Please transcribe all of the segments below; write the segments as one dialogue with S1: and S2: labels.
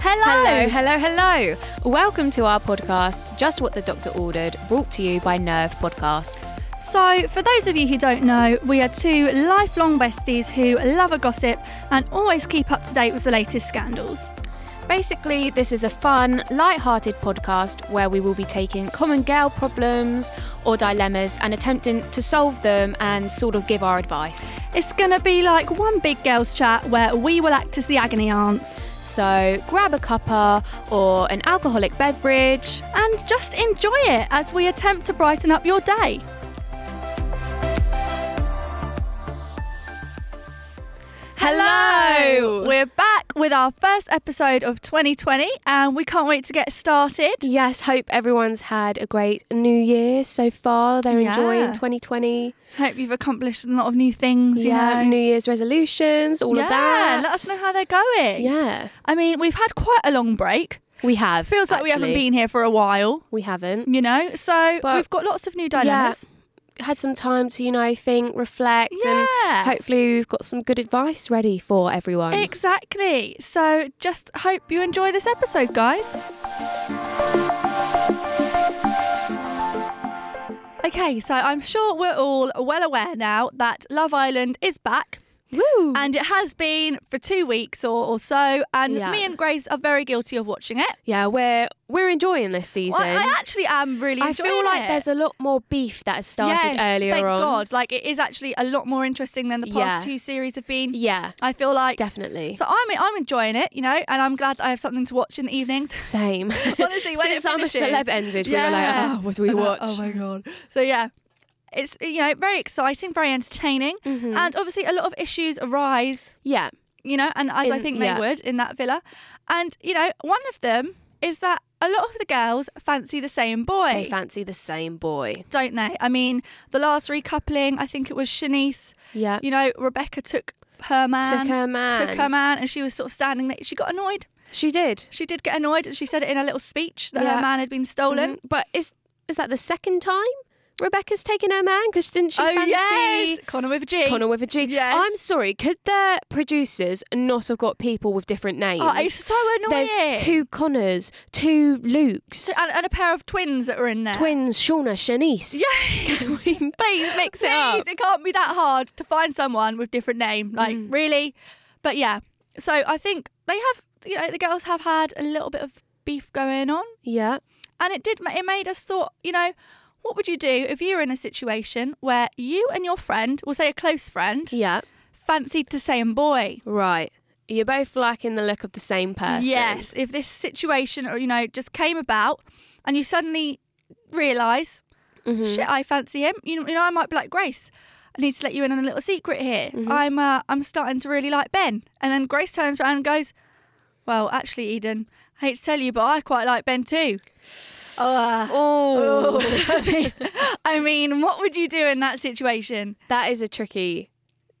S1: Hello, hello, hello. Welcome to our podcast, Just What the Doctor Ordered, brought to you by Nerve Podcasts.
S2: So, for those of you who don't know, we are two lifelong besties who love a gossip and always keep up to date with the latest scandals.
S1: Basically, this is a fun, light-hearted podcast where we will be taking common girl problems or dilemmas and attempting to solve them and sort of give our advice.
S2: It's going to be like one big girls' chat where we will act as the agony aunts
S1: So, grab a cuppa or an alcoholic beverage.
S2: and just enjoy it as we attempt to brighten up your day.
S1: Hello.
S2: We're back with our first episode of 2020 and we can't wait to get started.
S3: Yes, hope everyone's had a great new year so far. They're
S2: Yeah.
S3: enjoying 2020.
S2: Hope you've accomplished a lot of new things, you
S3: yeah,
S2: know.
S3: New Year's resolutions, all
S2: yeah,
S3: of that.
S2: let us know how they're going.
S3: Yeah,
S2: I mean, we've had quite a long break.
S1: We have.
S2: Feels like we haven't
S3: Actually.
S2: been here for a while,
S3: we haven't
S2: you know? So
S3: But-
S2: we've got lots of new dilemmas.
S3: had some time to, you know, think, reflect,
S2: Yeah.
S3: and hopefully we've got some good advice ready for everyone.
S2: Exactly. So just hope you enjoy this episode, guys. Okay, so I'm sure we're all well aware now that Love Island is back.
S3: Woo!
S2: And it has been for two weeks or, or so. And
S3: Yeah.
S2: me and Grace are very guilty of watching it.
S3: yeah, we're we're enjoying this season.
S2: Well, I, I actually am really
S3: I
S2: enjoying
S3: feel like
S2: it.
S3: there's a lot more beef that has started
S2: Yes,
S3: earlier
S2: thank
S3: on.
S2: God. Like it is actually a lot more interesting than the past
S3: Yeah.
S2: two series have been.
S3: Yeah,
S2: I feel like
S3: definitely.
S2: so I'm I'm enjoying it, you know, and I'm glad that I have something to watch in the evenings.
S3: Same.
S2: Honestly, when it
S3: Since I'm a
S2: finishes-
S3: celeb ended, we
S2: Yeah.
S3: were like, oh, what do we watch?
S2: oh my god. So yeah. It's you know, very exciting, very entertaining.
S3: Mhm.
S2: And obviously a lot of issues arise,
S3: yeah,
S2: you know, and as I
S3: In-
S2: think they
S3: yeah.
S2: would in that villa. And, you know, one of them is that a lot of the girls fancy the same boy.
S3: they fancy the same boy.
S2: don't they? I mean, the last recoupling, I think it was Shanice.
S3: Yeah.
S2: Uh, You know, Rebecca took her man,
S3: Took her man.
S2: took her man, and she was sort of standing there. She got annoyed.
S3: She did.
S2: She did get annoyed, and she said it in a little speech that
S3: Yeah.
S2: her man had been stolen.
S3: Mhm. But is is that the second time Rebecca's taken her man? Because didn't she
S2: oh
S3: fancy
S2: yes, Connor with a G.
S3: Connor with a G?
S2: Yes.
S3: am sorry. Could their producers not have got people with different names?
S2: Oh, it's so annoying. uh,
S3: There's two Connors, two Lukes,
S2: and, and a pair of twins that were in there.
S3: twins, Shauna, Shanice.
S2: Yes.
S3: Please mix it
S2: Please,
S3: up.
S2: it can't be that hard to find someone with different name. Like,
S3: Mm.
S2: really? But yeah. So I think they have, you know, the girls have had a little bit of beef going on.
S3: Yeah.
S2: and it did ma- it made us thought you know what would you do if you were in a situation where you and your friend we'll say a close friend
S3: Yeah.
S2: fancied the same boy
S3: Right. You're both liking the look of the same person.
S2: yes if this situation or you know just came about and you suddenly realize
S3: Mhm.
S2: shit i fancy him you know, you know i might be like grace I need to let you in on a little secret here. I'm uh, I'm starting to really like Ben. And then Grace turns around and goes, "Well, actually, Eden, I hate to tell you, but I quite like Ben too." Oh, uh,
S3: Oh.
S2: I mean- I mean, what would you do in that situation?
S3: That is a tricky,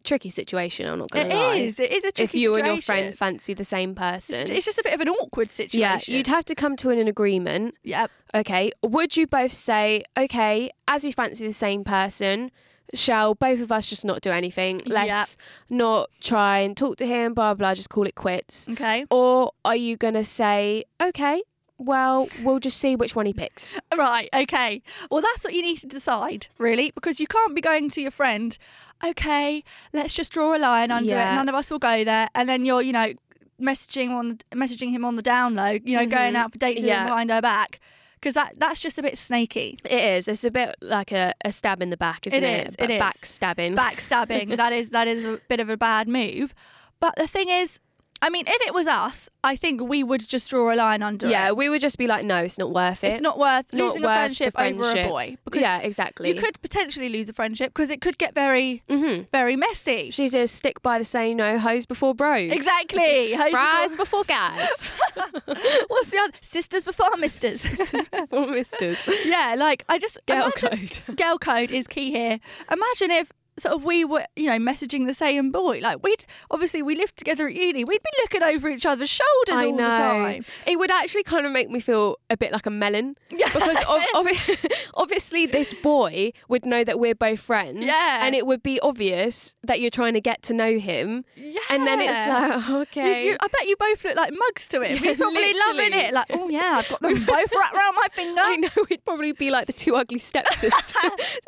S3: tricky situation. I'm not
S2: It
S3: going
S2: is.
S3: to lie.
S2: It is a tricky
S3: If you
S2: situation.
S3: and your friend fancy the same person,
S2: it's, it's just a bit of an awkward situation.
S3: yeah, you'd have to come to an, an agreement.
S2: Yep.
S3: Okay, would you both say, okay, as we fancy the same person, shall both of us just not do anything? Let's not try and talk to him. Blah blah. Just call it quits.
S2: Okay.
S3: Or are you going to say, okay, well, we'll just see which one he picks?
S2: Right. Okay. Well, that's what you need to decide, really, because you can't be going to your friend. Okay, let's just draw a line under
S3: Yeah.
S2: it. None of us will go there, and then you're, you know, messaging on, messaging him on the down low. You know, going out for dates with him
S3: Mm-hmm. Yeah.
S2: behind her back, because that that's just a bit snaky.
S3: It is. It's a bit like a, a stab in the back, isn't
S2: It
S3: it?
S2: is,
S3: But
S2: it is.
S3: Backstabbing.
S2: backstabbing. that is that is a bit of a bad move. But the thing is, I mean, if it was us, I think we would just draw a line under
S3: Yeah,
S2: it.
S3: we would just be like, no, it's not worth it.
S2: It's not worth
S3: Not
S2: losing a
S3: worth the
S2: friendship, over
S3: friendship.
S2: a boy because
S3: yeah, exactly.
S2: you could potentially lose a friendship because it could get very
S3: Mm-hmm.
S2: very messy.
S3: She just stick by the saying no, hoes before bros.
S2: Exactly. How you
S3: Fries before guys.
S2: feel- What's the other sisters before misters?
S3: before misters.
S2: yeah, like I just
S3: Girl
S2: imagine-
S3: code.
S2: Girl code is key here. Imagine if sort of we were, you know, messaging the same boy. Like we'd obviously we lived together at uni. We'd be looking over each other's shoulders all the time.
S3: It would actually kind of make me feel a bit like a melon
S2: Yeah.
S3: because ob- obvi- obviously this boy would know that we're both friends.
S2: Yeah.
S3: And it would be obvious that you're trying to get to know him.
S2: Yeah.
S3: And then it's like,
S2: You-
S3: okay.
S2: you- I bet you both look like mugs to it.
S3: Yeah,
S2: We're probably loving
S3: literally.
S2: it. Like, oh yeah, I've got them both wrapped around my finger.
S3: I know we'd probably be like the two ugly stepsisters.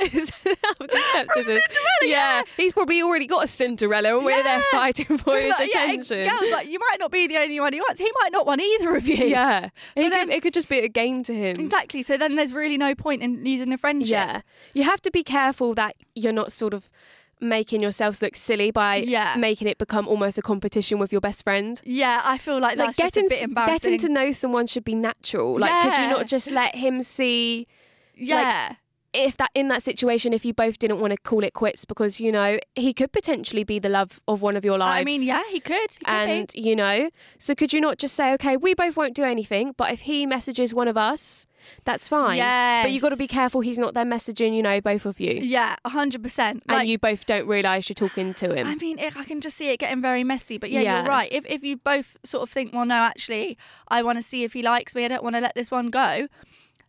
S3: The stepsisters.
S2: Cinderella, yeah.
S3: he's probably already got a Cinderella, and we're there
S2: Yeah.
S3: fighting for
S2: We're
S3: his
S2: like, yeah, and
S3: attention.
S2: girls, like, you might not be the only one he wants. He might not want either of you.
S3: Yeah. It could,
S2: then-
S3: it could just be a game to him.
S2: Exactly. So then there's really no point in losing a friendship.
S3: Yeah. You have to be careful that you're not sort of making yourselves look silly by
S2: Yeah.
S3: making it become almost a competition with your best friend.
S2: Yeah, I feel like that's just
S3: getting
S2: a bit
S3: s-
S2: embarrassing.
S3: getting to know someone should be natural. Like could you
S2: Yeah.
S3: not just let him see
S2: yeah.
S3: if that in that situation if you both didn't want to call it quits because you know he could potentially be the love of one of your lives.
S2: I mean, yeah, he could. He could
S3: And
S2: be.
S3: you know, so could you not just say, okay, we both won't do anything, but if he messages one of us, that's fine. But you got to be
S2: Yes.
S3: careful he's not there messaging, you know, both of you.
S2: yeah, hundred percent.
S3: and you both don't realise you're talking to him.
S2: I mean, it, I can just see it getting very messy. But yeah,
S3: Yeah.
S2: you're right. If if you both sort of think, well, no, actually, I want to see if he likes me. I don't want to let this one go.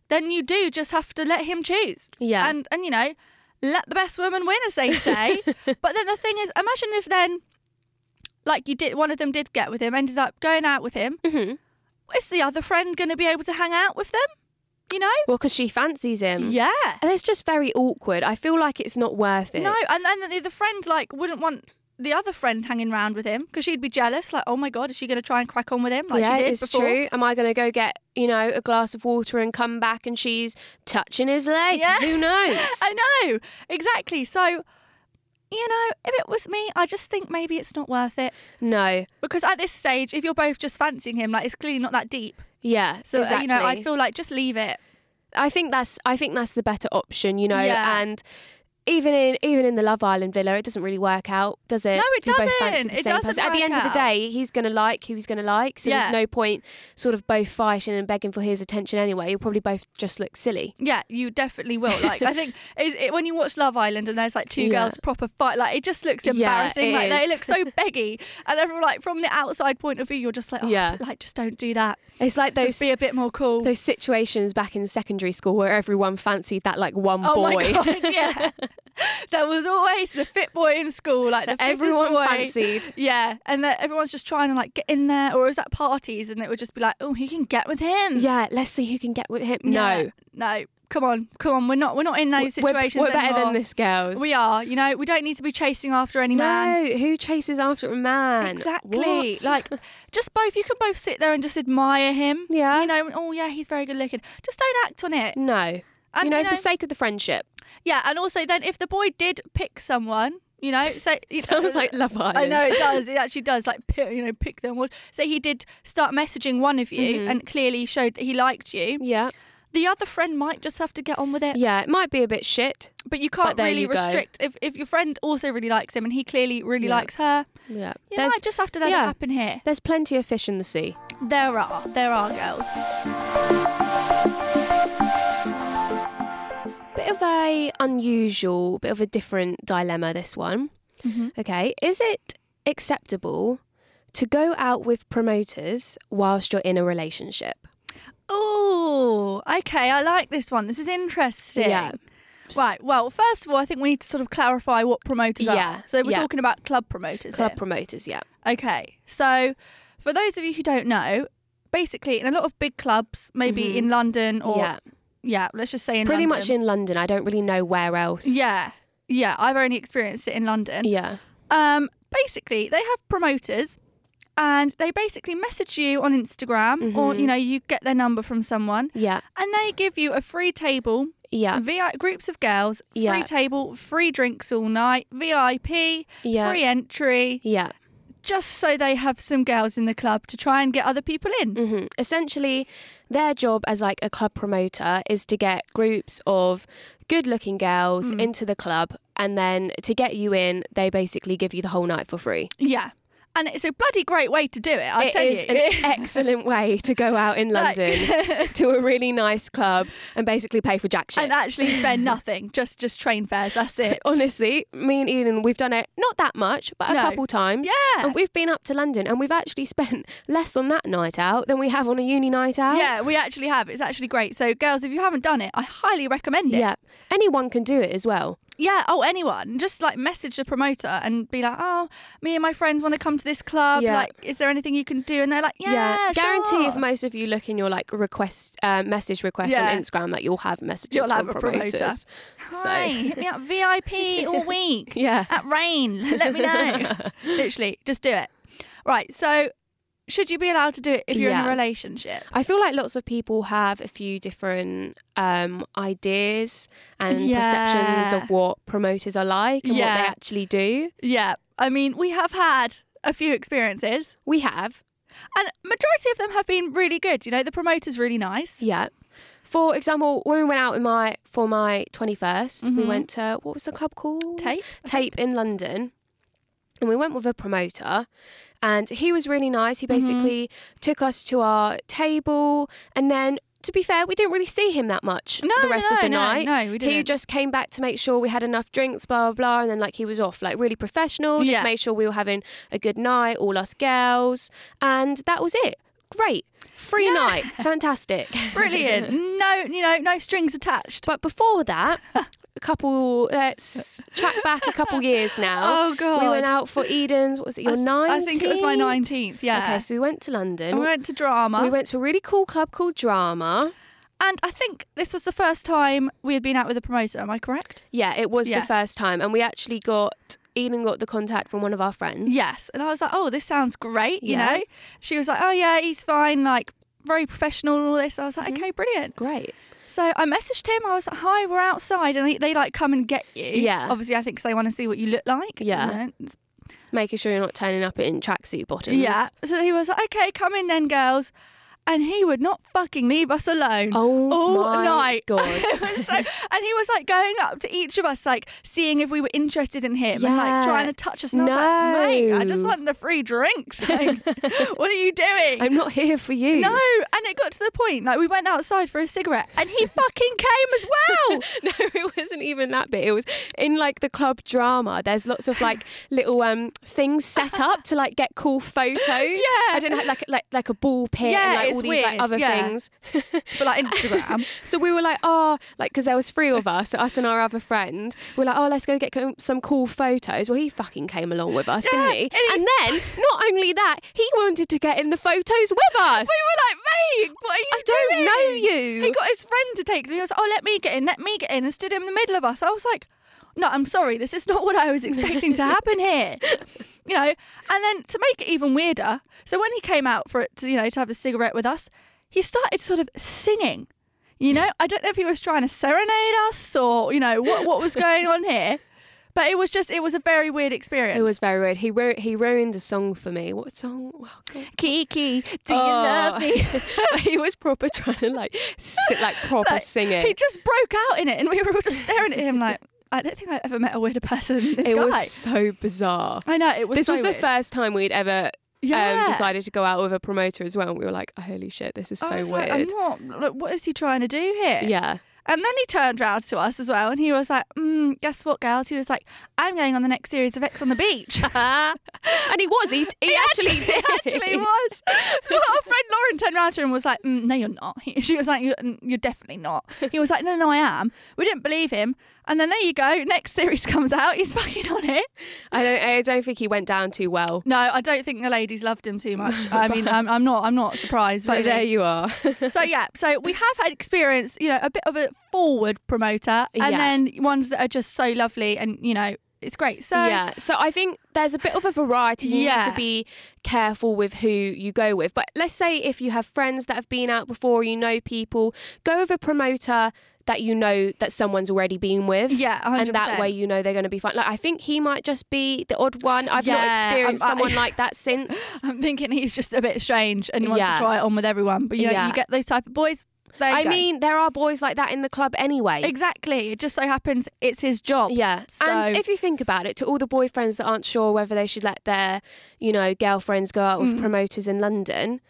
S2: Then you do just have to let him choose.
S3: Yeah.
S2: And and you know, let the best woman win, as they say. but then the thing is, imagine if then, like you did, one of them did get with him, ended up going out with him.
S3: Mhm.
S2: Is the other friend going to be able to hang out with them? You know?
S3: Well, because she fancies him.
S2: Yeah.
S3: And it's just very awkward. I feel like it's not worth it.
S2: No, and then the, the friend like wouldn't want the other friend hanging round with him because she'd be jealous. Like, oh my god, is she going to try and crack on with him? Like
S3: yeah,
S2: she did
S3: it's
S2: before.
S3: true. Am I going to go get, you know, a glass of water and come back and she's touching his leg?
S2: Yeah.
S3: Who knows?
S2: I know exactly. So, you know, if it was me, I just think maybe it's not worth it
S3: no.
S2: because at this stage, if you're both just fancying him, like it's clearly not that deep.
S3: Yeah.
S2: So uh,
S3: exactly.
S2: you know, I feel like just leave it.
S3: I think that's I think that's the better option, you know,
S2: Yeah.
S3: and even in even in the Love Island villa, it doesn't really work out, does it?
S2: No, it
S3: If you both fancy
S2: doesn't.
S3: the
S2: It
S3: same
S2: doesn't
S3: person. At the
S2: work
S3: end of the
S2: out.
S3: day, he's gonna like who he's gonna like, so
S2: Yeah.
S3: there's no point sort of both fighting and begging for his attention anyway. You'll probably both just look silly.
S2: Yeah, you definitely will. Like I think it, it, when you watch Love Island and there's like two
S3: Yeah.
S2: girls proper fight, like it just looks
S3: Yeah,
S2: embarrassing.
S3: it
S2: like they
S3: is.
S2: look so beggy, and everyone like from the outside point of view, you're just like, oh,
S3: Yeah.
S2: like just don't do that.
S3: It's like those
S2: Just be a bit more cool.
S3: those situations back in secondary school where everyone fancied that like one
S2: oh
S3: boy.
S2: my god, yeah. there was always the fit boy in school, like the fittest
S3: everyone
S2: boy.
S3: fancied.
S2: Yeah, and that everyone's just trying to like get in there, or is that parties? And it would just be like, oh, he can get with him.
S3: Yeah, let's see who can get with him.
S2: Yeah,
S3: No.
S2: no, come on, come on, we're not, we're not in those
S3: We're-
S2: situations.
S3: We're, better
S2: anymore.
S3: than this, girls.
S2: We are, you know, we don't need to be chasing after any man.
S3: No, who chases after a man?
S2: Exactly.
S3: What?
S2: Like, just both. You can both sit there and just admire him.
S3: Yeah.
S2: You know, and, oh yeah, he's very good looking. Just don't act on it.
S3: No.
S2: And,
S3: you know, for the sake of the friendship.
S2: yeah, and also then if the boy did pick someone, you know, so
S3: Sounds like Love Island.
S2: I know it does. It actually does. Like pick, you know, pick them. Or say he did start messaging one of you,
S3: Mhm.
S2: and clearly showed that he liked you.
S3: Yeah.
S2: The other friend might just have to get on with it.
S3: Yeah, it might be a bit shit.
S2: But you can't
S3: there
S2: really
S3: you go.
S2: restrict if if your friend also really likes him and he clearly really
S3: Yeah.
S2: likes her.
S3: Yeah.
S2: You
S3: There's,
S2: might just have to let
S3: yeah.
S2: it happen here.
S3: there's plenty of fish in the sea.
S2: There are. There are girls.
S3: Bit of a unusual, bit of a different dilemma this one.
S2: Mm-hmm.
S3: Okay. Is it acceptable to go out with promoters whilst you're in a relationship?
S2: Oh, okay. I like this one. This is interesting.
S3: Yeah.
S2: Right. Well, first of all, I think we need to sort of clarify what promoters
S3: Yeah,
S2: are. So we're
S3: yeah.
S2: talking about club promoters.
S3: Club
S2: here.
S3: promoters, yeah.
S2: Okay. So, for those of you who don't know, basically in a lot of big clubs, maybe
S3: Mhm.
S2: in London or yeah,
S3: yeah.
S2: let's just say in
S3: Pretty much
S2: London.
S3: in London. I don't really know where else.
S2: yeah, yeah. I've only experienced it in London.
S3: Yeah.
S2: Um, basically, they have promoters, and they basically message you on Instagram, or
S3: Mhm.
S2: you know, you get their number from someone,
S3: Yeah.
S2: and they give you a free table,
S3: Yeah.
S2: VI- Uh, groups of girls, free
S3: Yeah.
S2: table, free drinks all night, VIP,
S3: Yeah.
S2: free entry.
S3: Yeah.
S2: just so they have some girls in the club to try and get other people in.
S3: hmm Essentially, their job as like a club promoter is to get groups of good-looking girls
S2: Mm.
S3: into the club, and then to get you in, they basically give you the whole night for free.
S2: Yeah. And it's a bloody great way to do it, I
S3: Mm-hmm. It
S2: tell
S3: is
S2: you.
S3: an excellent way to go out in
S2: Like-
S3: London to a really nice club and basically pay for jack shit.
S2: and actually spend nothing, just just train fares, that's it.
S3: Honestly, me and Eden, we've done it not that much, but a
S2: No.
S3: couple times.
S2: Yeah.
S3: And we've been up to London and we've actually spent less on that night out than we have on a uni night out.
S2: Yeah, we actually have. It's actually great. So, girls, if you haven't done it, I highly recommend it.
S3: Yeah. Anyone can do it as well.
S2: Yeah, oh, anyone. Just like message the promoter and be like, oh, me and my friends want to come to this club.
S3: Yeah.
S2: Like, is there anything you can do? And they're like, yeah,
S3: Guarantee
S2: sure.
S3: if most of you look in your like request uh, message request
S2: Yeah.
S3: on Instagram that you'll have messages
S2: You'll
S3: from
S2: have a promoter.
S3: promoters. So-
S2: Hi, hit me up VIP all week
S3: Yeah.
S2: at rain. Let me know. Literally, just do it. Right. So, should you be allowed to do it if you're in
S3: Yeah.
S2: a relationship?
S3: I feel like lots of people have a few different um, ideas and perceptions
S2: Yeah.
S3: of what promoters are like and what
S2: Yeah.
S3: they actually do.
S2: Yeah. I mean, we have had a few experiences,
S3: We have
S2: and majority of them have been really good. You know, the promoter's really nice.
S3: Yeah. For example, when we went out in my for my 21st, we
S2: Mhm.
S3: went to what was the club called?
S2: Tape.
S3: Tape in London. And we went with a promoter and he was really nice.
S2: Mm-hmm.
S3: He basically took us to our table and then to be fair, we didn't really see him that much
S2: No,
S3: the rest
S2: no,
S3: of the
S2: no,
S3: night.
S2: no, we
S3: He
S2: didn't.
S3: just came back to make sure we had enough drinks, blah blah blah, and then like he was off, like really professional. Just
S2: Yeah.
S3: made sure we were having a good night, all us girls, and that was it. Great, free
S2: Yeah.
S3: night, fantastic.
S2: Brilliant. no, you know, no strings attached.
S3: But before that, a couple, let's track back a couple years now.
S2: Oh god.
S3: We went out for Eden's, what was it, your
S2: I
S3: 19th?
S2: think it was my 19th. Yeah.
S3: Okay, so we went to London.
S2: and we went to drama.
S3: We went to a really cool club called Drama.
S2: And I think this was the first time we had been out with a promoter. Am I correct?
S3: Yeah, it was
S2: Yes.
S3: the first time. And we actually got, Eden got the contact from one of our friends.
S2: Yes. And I was like, oh, this sounds great. You
S3: Yeah.
S2: know, she was like, oh yeah, he's fine. Like very professional and all this. I was like,
S3: Mm-hmm.
S2: okay, brilliant.
S3: Great.
S2: So I messaged him. I was like, hi, we're outside, and he- they like come and get you.
S3: Yeah.
S2: Obviously, I think 'cause they want to see what you look like. you
S3: Yeah.
S2: know, it's
S3: Making sure you're not turning up in tracksuit bottoms.
S2: Yeah. So he was like, okay, come in then, girls. And he would not fucking leave us alone.
S3: Oh
S2: all
S3: my
S2: night.
S3: God.
S2: It was so, and he was like going up to each of us, like seeing if we were interested in him and like
S3: Yeah.
S2: trying to touch us. And I was like, mate, I just
S3: No.
S2: want the free drinks. Like, what are you doing?
S3: I'm not here for you.
S2: no, and it got to the point like we went outside for a cigarette, and he fucking came as well.
S3: no, it wasn't even that bit. It was in like the club drama. There's lots of like little um things set up to like get cool photos. I don't know, like like like a ball pit
S2: Yeah,
S3: and like all
S2: it's
S3: these
S2: weird,
S3: like other
S2: yeah.
S3: things.
S2: For like Instagram,
S3: So we were like, oh, like because there was three of us, so us and our other friend. We're like, oh, let's go get co- some cool photos. Well, he fucking came along with us,
S2: Yeah,
S3: didn't he?
S2: and he-
S3: And then not only that, he wanted to get in the photos with us.
S2: we were like, mate, what are you
S3: I don't
S2: doing?
S3: know you.
S2: He got his friend to take them. He was like, oh, let me get in, let me get in, and stood in the middle of us. I was like, no, I'm sorry, this is not what I was expecting to happen here. You know, and then to make it even weirder, so when he came out for it, to, you know, to have a cigarette with us, he started sort of singing. You know, I don't know if he was trying to serenade us or you know what what was going on here, but it was just it was a very weird experience.
S3: it was very weird. He ru- he ruined a song for me. What song? Oh, God.
S2: Kiki, do
S3: Oh.
S2: you love me?
S3: he was proper trying to like sit, like proper
S2: Like,
S3: singing.
S2: He just broke out in it, and we were all just staring at him like, I don't think I ever met a weirder person than this
S3: it
S2: guy.
S3: was so bizarre.
S2: I know it was.
S3: this
S2: so
S3: was the
S2: weird.
S3: first time we'd ever
S2: Yeah.
S3: um, decided to go out with a promoter as well, and we were like, "Oh, "Holy shit, this is so
S2: I was like,
S3: weird."
S2: I'm not. Like, what is he trying to do here?
S3: yeah,
S2: And then he turned round to us as well, and he was like, mm, "Guess what, girls?" He was like, "I'm going on the next series of X on the Beach."
S3: and he was. He, he, actually, did.
S2: Actually, was. Well, Our friend Lauren turned round to him and was like, mm, "No, you're not." He- She was like, "You're, mm, you're definitely not." He was like, "No, no, I am." We didn't believe him, and then there you go. Next series comes out. He's fucking on it.
S3: I don't. I don't think he went down too well.
S2: No, I don't think the ladies loved him too much. I mean, I'm, I'm not. I'm not surprised.
S3: But there
S2: Really.
S3: you are.
S2: so yeah, so we have had experience, you know, a bit of a forward promoter, and
S3: Yeah.
S2: then ones that are just so lovely, and you know, it's great. So
S3: yeah. So I think there's a bit of a variety. You need
S2: Yeah.
S3: to be careful with who you go with. But let's say if you have friends that have been out before, you know people, go with a promoter that you know that someone's already been with.
S2: yeah, 100%.
S3: And that way you know they're going to be fine. Like I think he might just be the odd one. I've
S2: Yeah,
S3: not experienced
S2: I'm- I-
S3: someone like that since.
S2: I'm thinking he's just a bit strange and he wants
S3: Yeah.
S2: to try it on with everyone, but you know,
S3: Yeah.
S2: you get those type of boys. There you
S3: I
S2: go.
S3: mean, there are boys like that in the club anyway.
S2: exactly. It just so happens it's his job.
S3: Yeah. And
S2: So-
S3: if you think about it, to all the boyfriends that aren't sure whether they should let their, you know, girlfriends go out with
S2: Mm.
S3: promoters in London,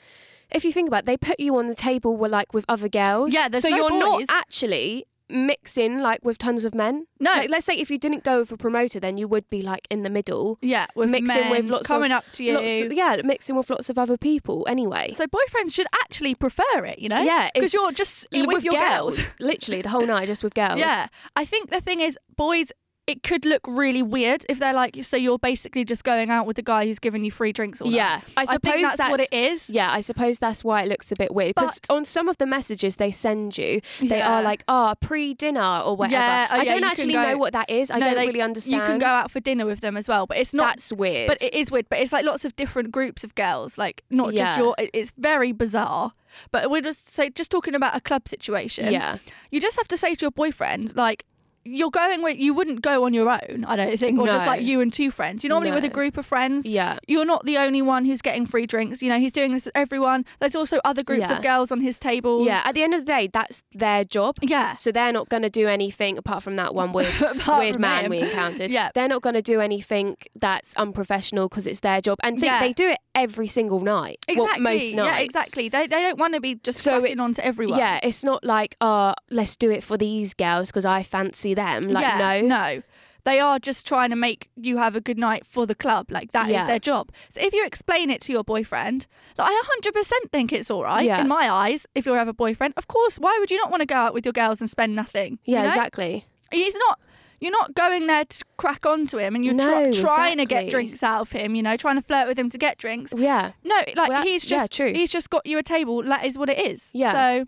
S3: if you think about it, they put you on the table with like with other girls.
S2: Yeah, there's
S3: So
S2: no
S3: you're not
S2: boys.
S3: actually mixing like with tons of men.
S2: No.
S3: Like, let's say if you didn't go with a promoter, then you would be like in the middle.
S2: Yeah, with
S3: Mixing
S2: men
S3: with lots of-
S2: coming up to you.
S3: Lots of- yeah, mixing with lots of other people anyway.
S2: so boyfriends should actually prefer it, you know?
S3: Yeah,
S2: because
S3: if-
S2: you're just with, your girls.
S3: Literally the whole night just with girls.
S2: Yeah, I think the thing is, boys, it could look really weird if they're like, so you're basically just going out with the guy who's giving you free drinks. All night.
S3: Yeah. I
S2: I,
S3: suppose
S2: think that's, what it is.
S3: Yeah, I suppose that's why it looks a bit weird. Because
S2: But-
S3: on some of the messages they send you, they
S2: Yeah.
S3: are like, "Ah, pre-dinner" or whatever.
S2: Yeah, oh
S3: I
S2: yeah,
S3: don't
S2: you can
S3: actually
S2: go-
S3: know what that is. I
S2: No,
S3: don't
S2: they-
S3: really understand.
S2: You can go out for dinner with them as well, but it's not.
S3: That's weird.
S2: but it is weird. But it's like lots of different groups of girls, like not
S3: Yeah.
S2: just your. it- It's very bizarre. But we're just so just talking about a club situation.
S3: yeah,
S2: you just have to say to your boyfriend like you're going with you wouldn't go on your own i don't think or just
S3: No.
S2: like you and two friends you normally with a
S3: No.
S2: group of friends
S3: yeah,
S2: you're not the only one who's getting free drinks you know he's doing this with everyone there's also other groups
S3: Yeah.
S2: of girls on his table
S3: yeah. At the end of the day, that's their job.
S2: yeah
S3: So they're not going to do anything apart from that one weird,
S2: Apart
S3: weird
S2: from
S3: man
S2: him.
S3: we encountered.
S2: Yeah.
S3: they're not going to do anything that's unprofessional because it's their job. And think
S2: Yeah.
S3: they do it every single night. Well,
S2: exactly
S3: most nights.
S2: yeah exactly they, they don't want to be just
S3: So
S2: so
S3: it-
S2: onto everyone
S3: Yeah, it's not like, uh, let's do it for these girls because I fancy them. Like,
S2: yeah,
S3: no.
S2: no they are just trying to make you have a good night for the club like that is
S3: Yeah.
S2: their job so if you explain it to your boyfriend like i 100% think it's all right
S3: Yeah.
S2: in my eyes if you have a boyfriend of course why would you not want to go out with your girls and spend nothing you
S3: Yeah,
S2: know?
S3: exactly.
S2: he's not you're not going there to crack onto him and you're
S3: No,
S2: try- trying to
S3: exactly.
S2: get drinks out of him you know trying to flirt with him to get drinks
S3: Yeah,
S2: no like
S3: Well,
S2: he's
S3: that's- yeah,
S2: just
S3: true.
S2: he's just got you a table that is what it is
S3: Yeah.
S2: so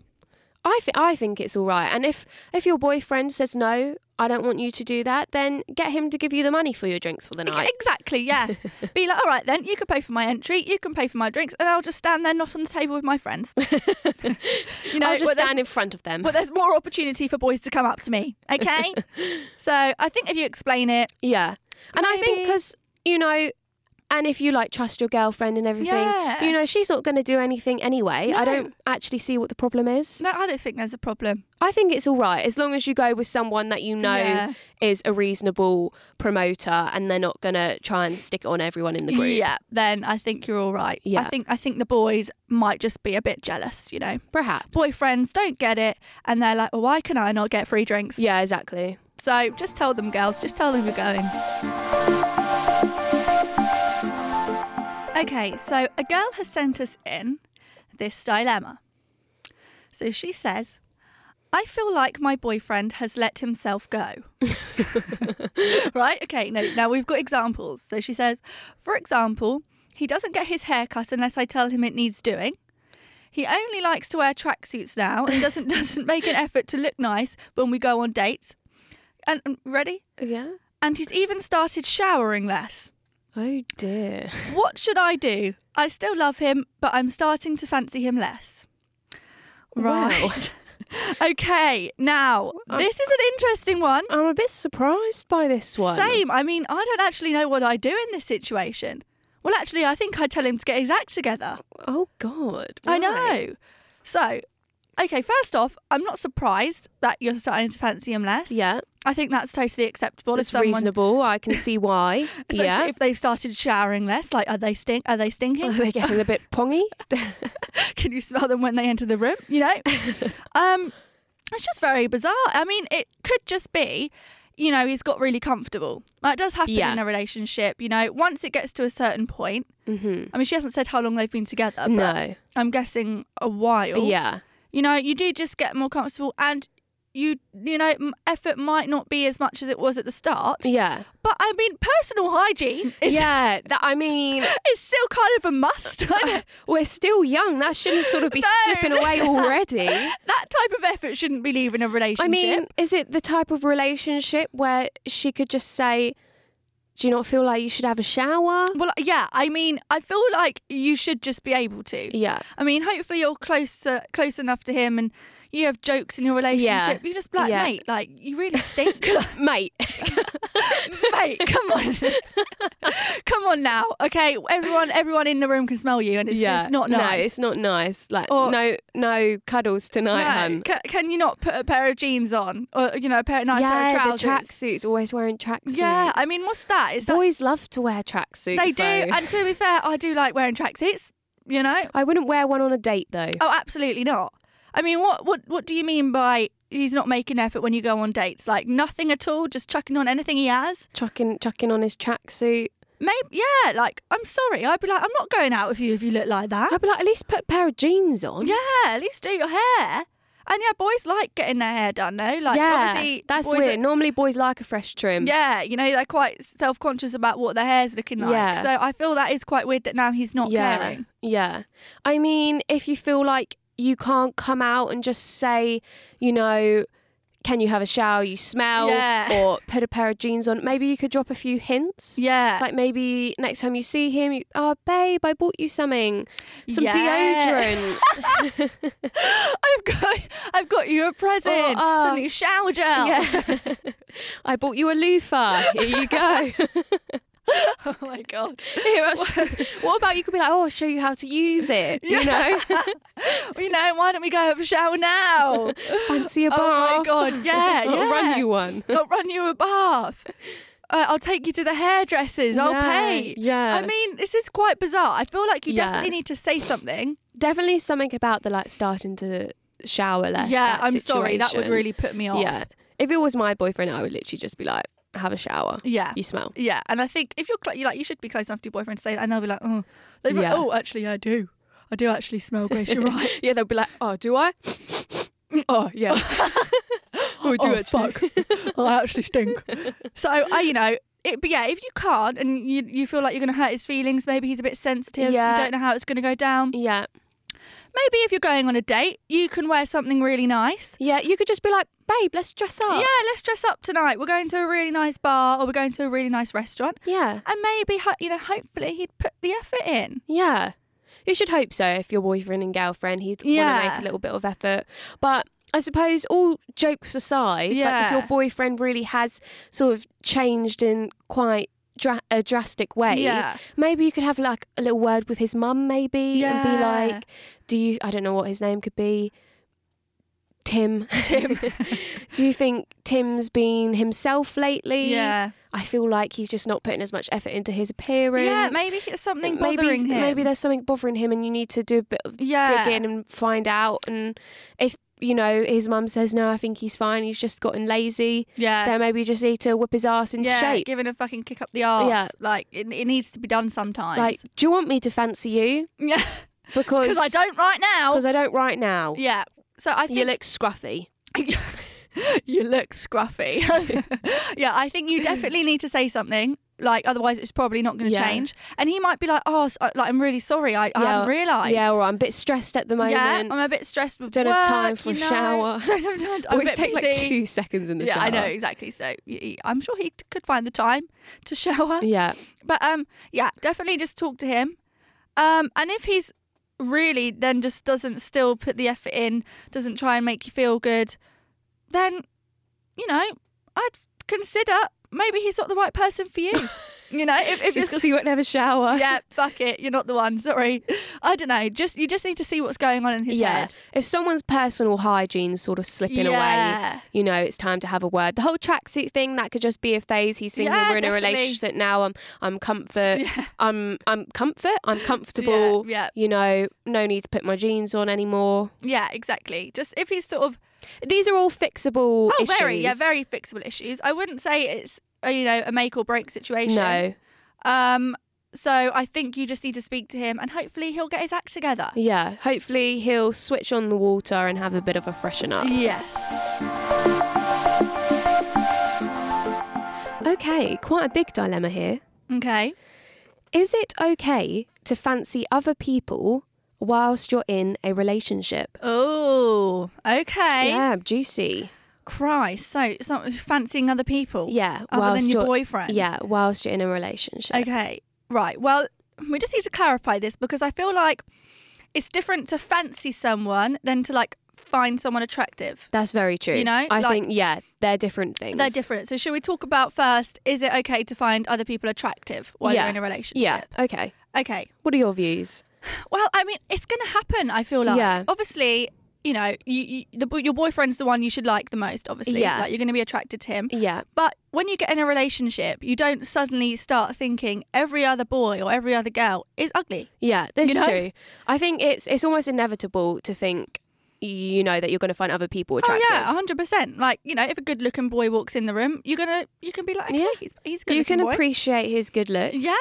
S3: I thi- I think it's all right. And if if your boyfriend says no, I don't want you to do that, then get him to give you the money for your drinks for the
S2: Yeah,
S3: night.
S2: Exactly, yeah. Be like, all right, then you can pay for my entry, you can pay for my drinks, and I'll just stand there not on the table with my friends. you know,
S3: I'll just
S2: but there's-
S3: stand in front of them.
S2: But there's more opportunity for boys to come up to me, okay? so I think if you explain it,
S3: yeah, and I think
S2: Maybe.
S3: because you know, and if you like trust your girlfriend and everything,
S2: Yeah.
S3: you know she's not going to do anything anyway.
S2: No.
S3: I don't actually see what the problem is.
S2: no, I don't think there's a problem.
S3: I think it's all right as long as you go with someone that you know
S2: Yeah.
S3: is a reasonable promoter and they're not going to try and stick it on everyone in the group.
S2: Yeah, then I think you're all right. I
S3: Yeah.
S2: think I think the boys might just be a bit jealous, you know.
S3: Perhaps.
S2: Boyfriends don't get it, and they're like, well, why can I not get free drinks?
S3: Yeah, exactly.
S2: So just tell them, girls, just tell them you're going. Okay, so a girl has sent us in this dilemma. So she says, I feel like my boyfriend has let himself go. right? Okay, no, now we've got examples. So she says, for example, he doesn't get his hair cut unless I tell him it needs doing. He only likes to wear tracksuits now and doesn't doesn't make an effort to look nice when we go on dates. And and- ready?
S3: Yeah.
S2: And he's even started showering less.
S3: Oh dear.
S2: What should I do? I still love him, but I'm starting to fancy him less. Right. okay, now
S3: Um,
S2: this is an interesting one.
S3: I'm a bit surprised by this one.
S2: Same. I mean, I don't actually know what I do in this situation. Well, actually, I think I'd tell him to get his act together.
S3: Oh God.
S2: I
S3: right.
S2: know. So, okay, first off, I'm not surprised that you're starting to fancy him less.
S3: Yeah,
S2: I think that's totally acceptable.
S3: it's
S2: if someone,
S3: reasonable. I can see why.
S2: especially
S3: yeah.
S2: if they've started showering less, like are they stink? Are they
S3: Are
S2: stinking?
S3: they getting a bit pongy?
S2: Can you smell them when they enter the room? You know, um, it's just very bizarre. I mean, it could just be. You know, he's got really comfortable. That does happen
S3: Yeah.
S2: in a relationship. You know, once it gets to a certain point,
S3: mm-hmm.
S2: I mean, she hasn't said how long they've been together, but
S3: No.
S2: I'm guessing a while.
S3: Yeah.
S2: You know, you do just get more comfortable and you, you know, m- effort might not be as much as it was at the start.
S3: Yeah.
S2: But I mean, personal hygiene is,
S3: yeah. That I mean,
S2: is still kind of a must. I know.
S3: we're still young. That shouldn't sort of be
S2: No.
S3: slipping away already.
S2: that type of effort shouldn't be leaving a relationship.
S3: I mean, is it the type of relationship where she could just say, "Do you not feel like you should have a shower?"
S2: well, yeah, I mean, I feel like you should just be able to.
S3: Yeah.
S2: I mean, hopefully you're close to, close enough to him and you have jokes in your relationship, you just be like,
S3: Yeah.
S2: mate, like you really stink.
S3: mate.
S2: mate, come on. come on now. Okay, everyone everyone in the room can smell you and it's, it's not nice.
S3: No, it's not nice. Like
S2: Or-
S3: no, no cuddles tonight,
S2: No,
S3: hun.
S2: ca- can you not put a pair of jeans on, or you know, a pair, nice pair of
S3: yeah, the
S2: trousers?
S3: tracksuits. Always wearing tracksuits.
S2: yeah, I mean, what's that? Is that
S3: boys love to wear tracksuits.
S2: they do?
S3: though.
S2: And to be fair, I do like wearing tracksuits. You know,
S3: I wouldn't wear one on a date though.
S2: oh, absolutely not. I mean, what what what do you mean by he's not making effort when you go on dates? Like nothing at all, just chucking on anything he has.
S3: Chucking, chucking on his tracksuit.
S2: Maybe yeah. Like I'm sorry, I'd be like, I'm not going out with you if you look like that.
S3: I'd be like, at least put a pair of jeans on.
S2: Ah. Yeah, at least do your hair. And yeah, boys like getting their hair done, though. Like
S3: Yeah,
S2: obviously,
S3: that's
S2: boys are-
S3: weird. Normally, boys like a fresh trim.
S2: Yeah, you know, they're quite self conscious about what their hair's looking like.
S3: Yeah.
S2: So I feel that is quite weird that now he's not
S3: yeah,
S2: caring.
S3: yeah. I mean, if you feel like you can't come out and just say, you know, can you have a shower? You smell,
S2: Yeah.
S3: or put a pair of jeans on. Maybe you could drop a few hints.
S2: Yeah.
S3: Like maybe next time you see him, you, oh babe, I bought you something, some
S2: Yeah.
S3: deodorant.
S2: I've got I've got you a present.
S3: Or, uh,
S2: some new shower gel.
S3: Yeah. I bought you a loofah. Here you go.
S2: oh my god.
S3: Here, I'll show- what about you could be like, oh, I'll show you how to use it. You know,
S2: You know, why don't we go have a shower now?
S3: fancy a bath.
S2: Oh my god, yeah,
S3: I'll
S2: yeah.
S3: run you one.
S2: I'll run you a bath. Uh, I'll take you to the hairdressers. I'll
S3: Yeah,
S2: pay.
S3: Yeah.
S2: I mean, this is quite bizarre. I feel like you
S3: Yeah.
S2: definitely need to say something.
S3: definitely something about the like starting to shower less.
S2: yeah,
S3: that
S2: I'm sorry. That would
S3: situation.
S2: really put me off.
S3: Yeah. If it was my boyfriend, I would literally just be like, have a shower.
S2: Yeah.
S3: You smell.
S2: Yeah, and I think if you're cl- you like, you should be close enough to your boyfriend to say that, and they'll be like, oh, they'll be like,
S3: Yeah.
S2: oh, actually, I do, I do actually smell. Grace, you're right.
S3: Yeah, they'll be like, oh, do I? oh, yeah.
S2: oh,
S3: do actually.
S2: fuck, I actually stink. so I, you know, it, but yeah, if you can't and you you feel like you're gonna hurt his feelings, maybe he's a bit sensitive.
S3: Yeah.
S2: You don't know how it's gonna go down.
S3: Yeah.
S2: Maybe if you're going on a date, you can wear something really nice.
S3: Yeah, you could just be like, babe, let's dress up.
S2: Yeah, let's dress up tonight. We're going to a really nice bar or we're going to a really nice restaurant.
S3: Yeah.
S2: And maybe, ho- you know, hopefully he'd put the effort in.
S3: Yeah. You should hope so if your boyfriend and girlfriend, he'd want to
S2: Yeah.
S3: make a little bit of effort. But I suppose all jokes aside, like if your
S2: Yeah.
S3: boyfriend really has sort of changed in quite dra- a drastic way,
S2: Yeah.
S3: maybe you could have like a little word with his mum maybe and be
S2: Yeah.
S3: like, do you, I don't know what his name could be. Tim. Tim. do you think Tim's been himself lately?
S2: Yeah.
S3: I feel like he's just not putting as much effort into his appearance.
S2: Yeah, maybe there's something
S3: maybe,
S2: bothering him.
S3: maybe there's something bothering him and you need to do a bit of
S2: yeah.
S3: dig in and find out and if you know his mum says no i think he's fine he's just gotten lazy
S2: Yeah.
S3: then maybe you just need to whip his ass into
S2: yeah,
S3: shape
S2: giving a fucking kick up the arse.
S3: Yeah.
S2: Like it, it needs to be done sometimes.
S3: like do you want me to fancy you
S2: yeah,
S3: because
S2: because I don't right now.
S3: 'cause I don't right now
S2: Yeah. So I think
S3: you look scruffy
S2: you look scruffy. yeah, I think you definitely need to say something. Like otherwise, it's probably not going to
S3: Yeah.
S2: change. And he might be like, "Oh, so, like I'm really sorry. I, I
S3: Yeah,
S2: haven't realised.
S3: yeah or i'm a bit stressed at the moment
S2: yeah, I'm a bit stressed with
S3: Don't
S2: work.
S3: have time for a
S2: you know.
S3: shower.
S2: Don't have time. I'm a
S3: always
S2: bit
S3: take like
S2: busy.
S3: two seconds in the
S2: Yeah,
S3: shower
S2: I know exactly. So y- y- I'm sure he could find the time to shower.
S3: yeah
S2: But um, yeah, definitely just talk to him. Um, and if he's really then just doesn't still put the effort in, doesn't try and make you feel good, then you know I'd consider maybe he's not the right person for you. you know, if, if
S3: just
S2: it's-
S3: because he won't have a shower
S2: yeah, fuck it, you're not the one. Sorry, I don't know. Just you just need to see what's going on in his
S3: Yeah.
S2: head.
S3: if someone's personal hygiene's sort of slipping away
S2: yeah.
S3: you know, it's time to have a word. The whole tracksuit thing that could just be a phase. He's thinking
S2: Yeah,
S3: we're in a
S2: definitely.
S3: relationship now. I'm I'm comfort.
S2: Yeah.
S3: I'm I'm comfort. I'm comfortable.
S2: Yeah,
S3: You know, no need to put my jeans on anymore.
S2: yeah, yeah, exactly. Just if he's sort of
S3: These are all fixable
S2: oh,
S3: issues.
S2: very yeah, very fixable issues. I wouldn't say it's uh, you know a make or break situation.
S3: No,
S2: Um, so I think you just need to speak to him, and hopefully he'll get his act together.
S3: yeah. Hopefully he'll switch on the water and have a bit of a freshen up.
S2: Yes.
S3: Okay, quite a big dilemma here.
S2: Okay.
S3: Is it okay to fancy other people whilst you're in a relationship?
S2: Oh. Okay.
S3: Yeah, juicy.
S2: Christ. So it's not fancying other people.
S3: Yeah,
S2: Other than your
S3: you're-
S2: boyfriend.
S3: Yeah, whilst you're in a relationship.
S2: Okay. Right. Well, we just need to clarify this because I feel like it's different to fancy someone than to like find someone attractive?
S3: That's very true.
S2: You know,
S3: I
S2: like-
S3: think yeah, they're different things.
S2: They're different. So should we talk about first? Is it okay to find other people attractive while
S3: Yeah.
S2: you're in a relationship?
S3: Yeah. Okay.
S2: Okay.
S3: What are your views?
S2: Well, I mean, it's going to happen. I feel like.
S3: Yeah.
S2: Obviously, you know, you, you the, bo- your boyfriend's the one you should like the most. Obviously,
S3: Yeah.
S2: Like you're going to be attracted to him.
S3: Yeah.
S2: But when you get in a relationship, you don't suddenly start thinking every other boy or every other girl is ugly.
S3: Yeah, that's
S2: You know?
S3: true. I think it's it's almost inevitable to think you know that you're going to find other people
S2: Oh
S3: attractive.
S2: yeah, hundred percent. Like you know, if a good-looking boy walks in the room, you're gonna you can be like, okay,
S3: Yeah.
S2: he's he's a good.
S3: you can
S2: boy.
S3: appreciate his good looks.
S2: Yeah,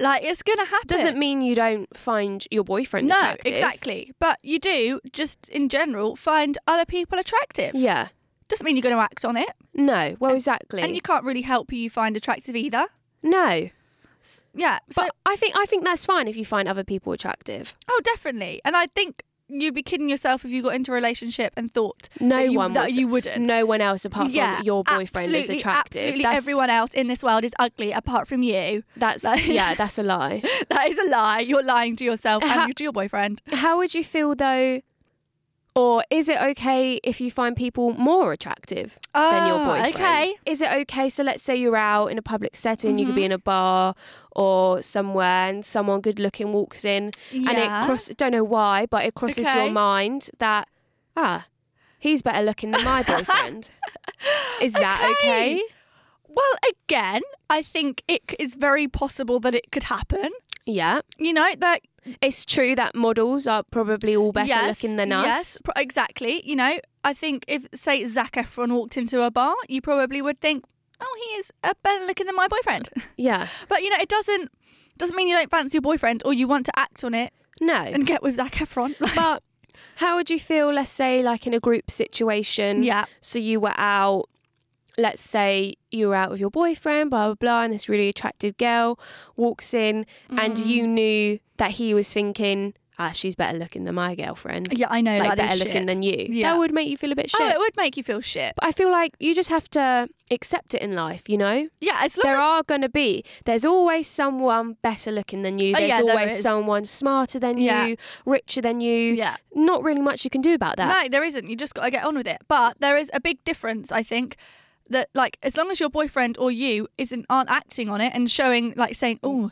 S2: like it's gonna happen.
S3: Doesn't mean you don't find your boyfriend
S2: no,
S3: attractive.
S2: exactly. But you do just in general find other people attractive.
S3: Yeah.
S2: Doesn't mean you're gonna act on it,
S3: No. Well, exactly.
S2: and you can't really help who you find attractive either.
S3: no.
S2: Yeah, so
S3: But I think I think that's fine if you find other people attractive.
S2: oh, definitely. And I think you'd be kidding yourself if you got into a relationship and thought
S3: No
S2: that you,
S3: one
S2: that
S3: was- uh,
S2: you wouldn't.
S3: No one else apart
S2: yeah,
S3: from your boyfriend is
S2: absolutely,
S3: attractive.
S2: Absolutely,
S3: that's
S2: everyone else in this world is ugly apart from you.
S3: that's
S2: like-
S3: yeah, that's a lie.
S2: That is a lie. You're lying to yourself
S3: Ha-
S2: and you to your boyfriend.
S3: How would you feel though? Or is it okay if you find people more attractive? than your
S2: Oh,
S3: boyfriend.
S2: Okay. Mm-hmm.
S3: Is it okay? So let's say you're out in a public setting, you could be in a bar or somewhere, and someone good looking walks in, and it
S2: Yeah.
S3: cross. Don't know why, but it crosses your
S2: Okay.
S3: mind that ah, he's better looking than my boyfriend. Is that okay?
S2: Okay. Well, again, I think it c- it's very possible that it could happen.
S3: Yeah,
S2: You know that
S3: it's true that models are probably all better
S2: yes,
S3: looking than us.
S2: Yes, pro- exactly. You know, I think if say Zac Efron walked into a bar, you probably would think, "Oh, he is uh, better looking than my boyfriend."
S3: Yeah,
S2: but you know, it doesn't doesn't mean you don't fancy your boyfriend or you want to act on it
S3: no,
S2: and get with Zac Efron.
S3: but. How would you feel, let's say, like in a group situation?
S2: yeah,
S3: So you were out, let's say you were out with your boyfriend, blah, blah, blah, and this really attractive girl walks in
S2: Mm.
S3: and you knew that he was thinking, ah, she's better looking than my girlfriend.
S2: yeah, I know
S3: like,
S2: that
S3: better
S2: is
S3: looking
S2: shit.
S3: than you.
S2: Yeah.
S3: That would make you feel a bit shit.
S2: Oh, it would make you feel shit.
S3: but I feel like you just have to accept it in life, you know?
S2: Yeah, as long
S3: There
S2: as
S3: are going to be, there's always someone better looking than you.
S2: Oh,
S3: There's
S2: yeah, there
S3: always
S2: is.
S3: someone smarter than
S2: Yeah.
S3: you, richer than you.
S2: yeah.
S3: Not really much you can do about that.
S2: No, there isn't. You just got to get on with it. But there is a big difference, I think. That like as long as your boyfriend or you isn't aren't acting on it and showing like saying, oh,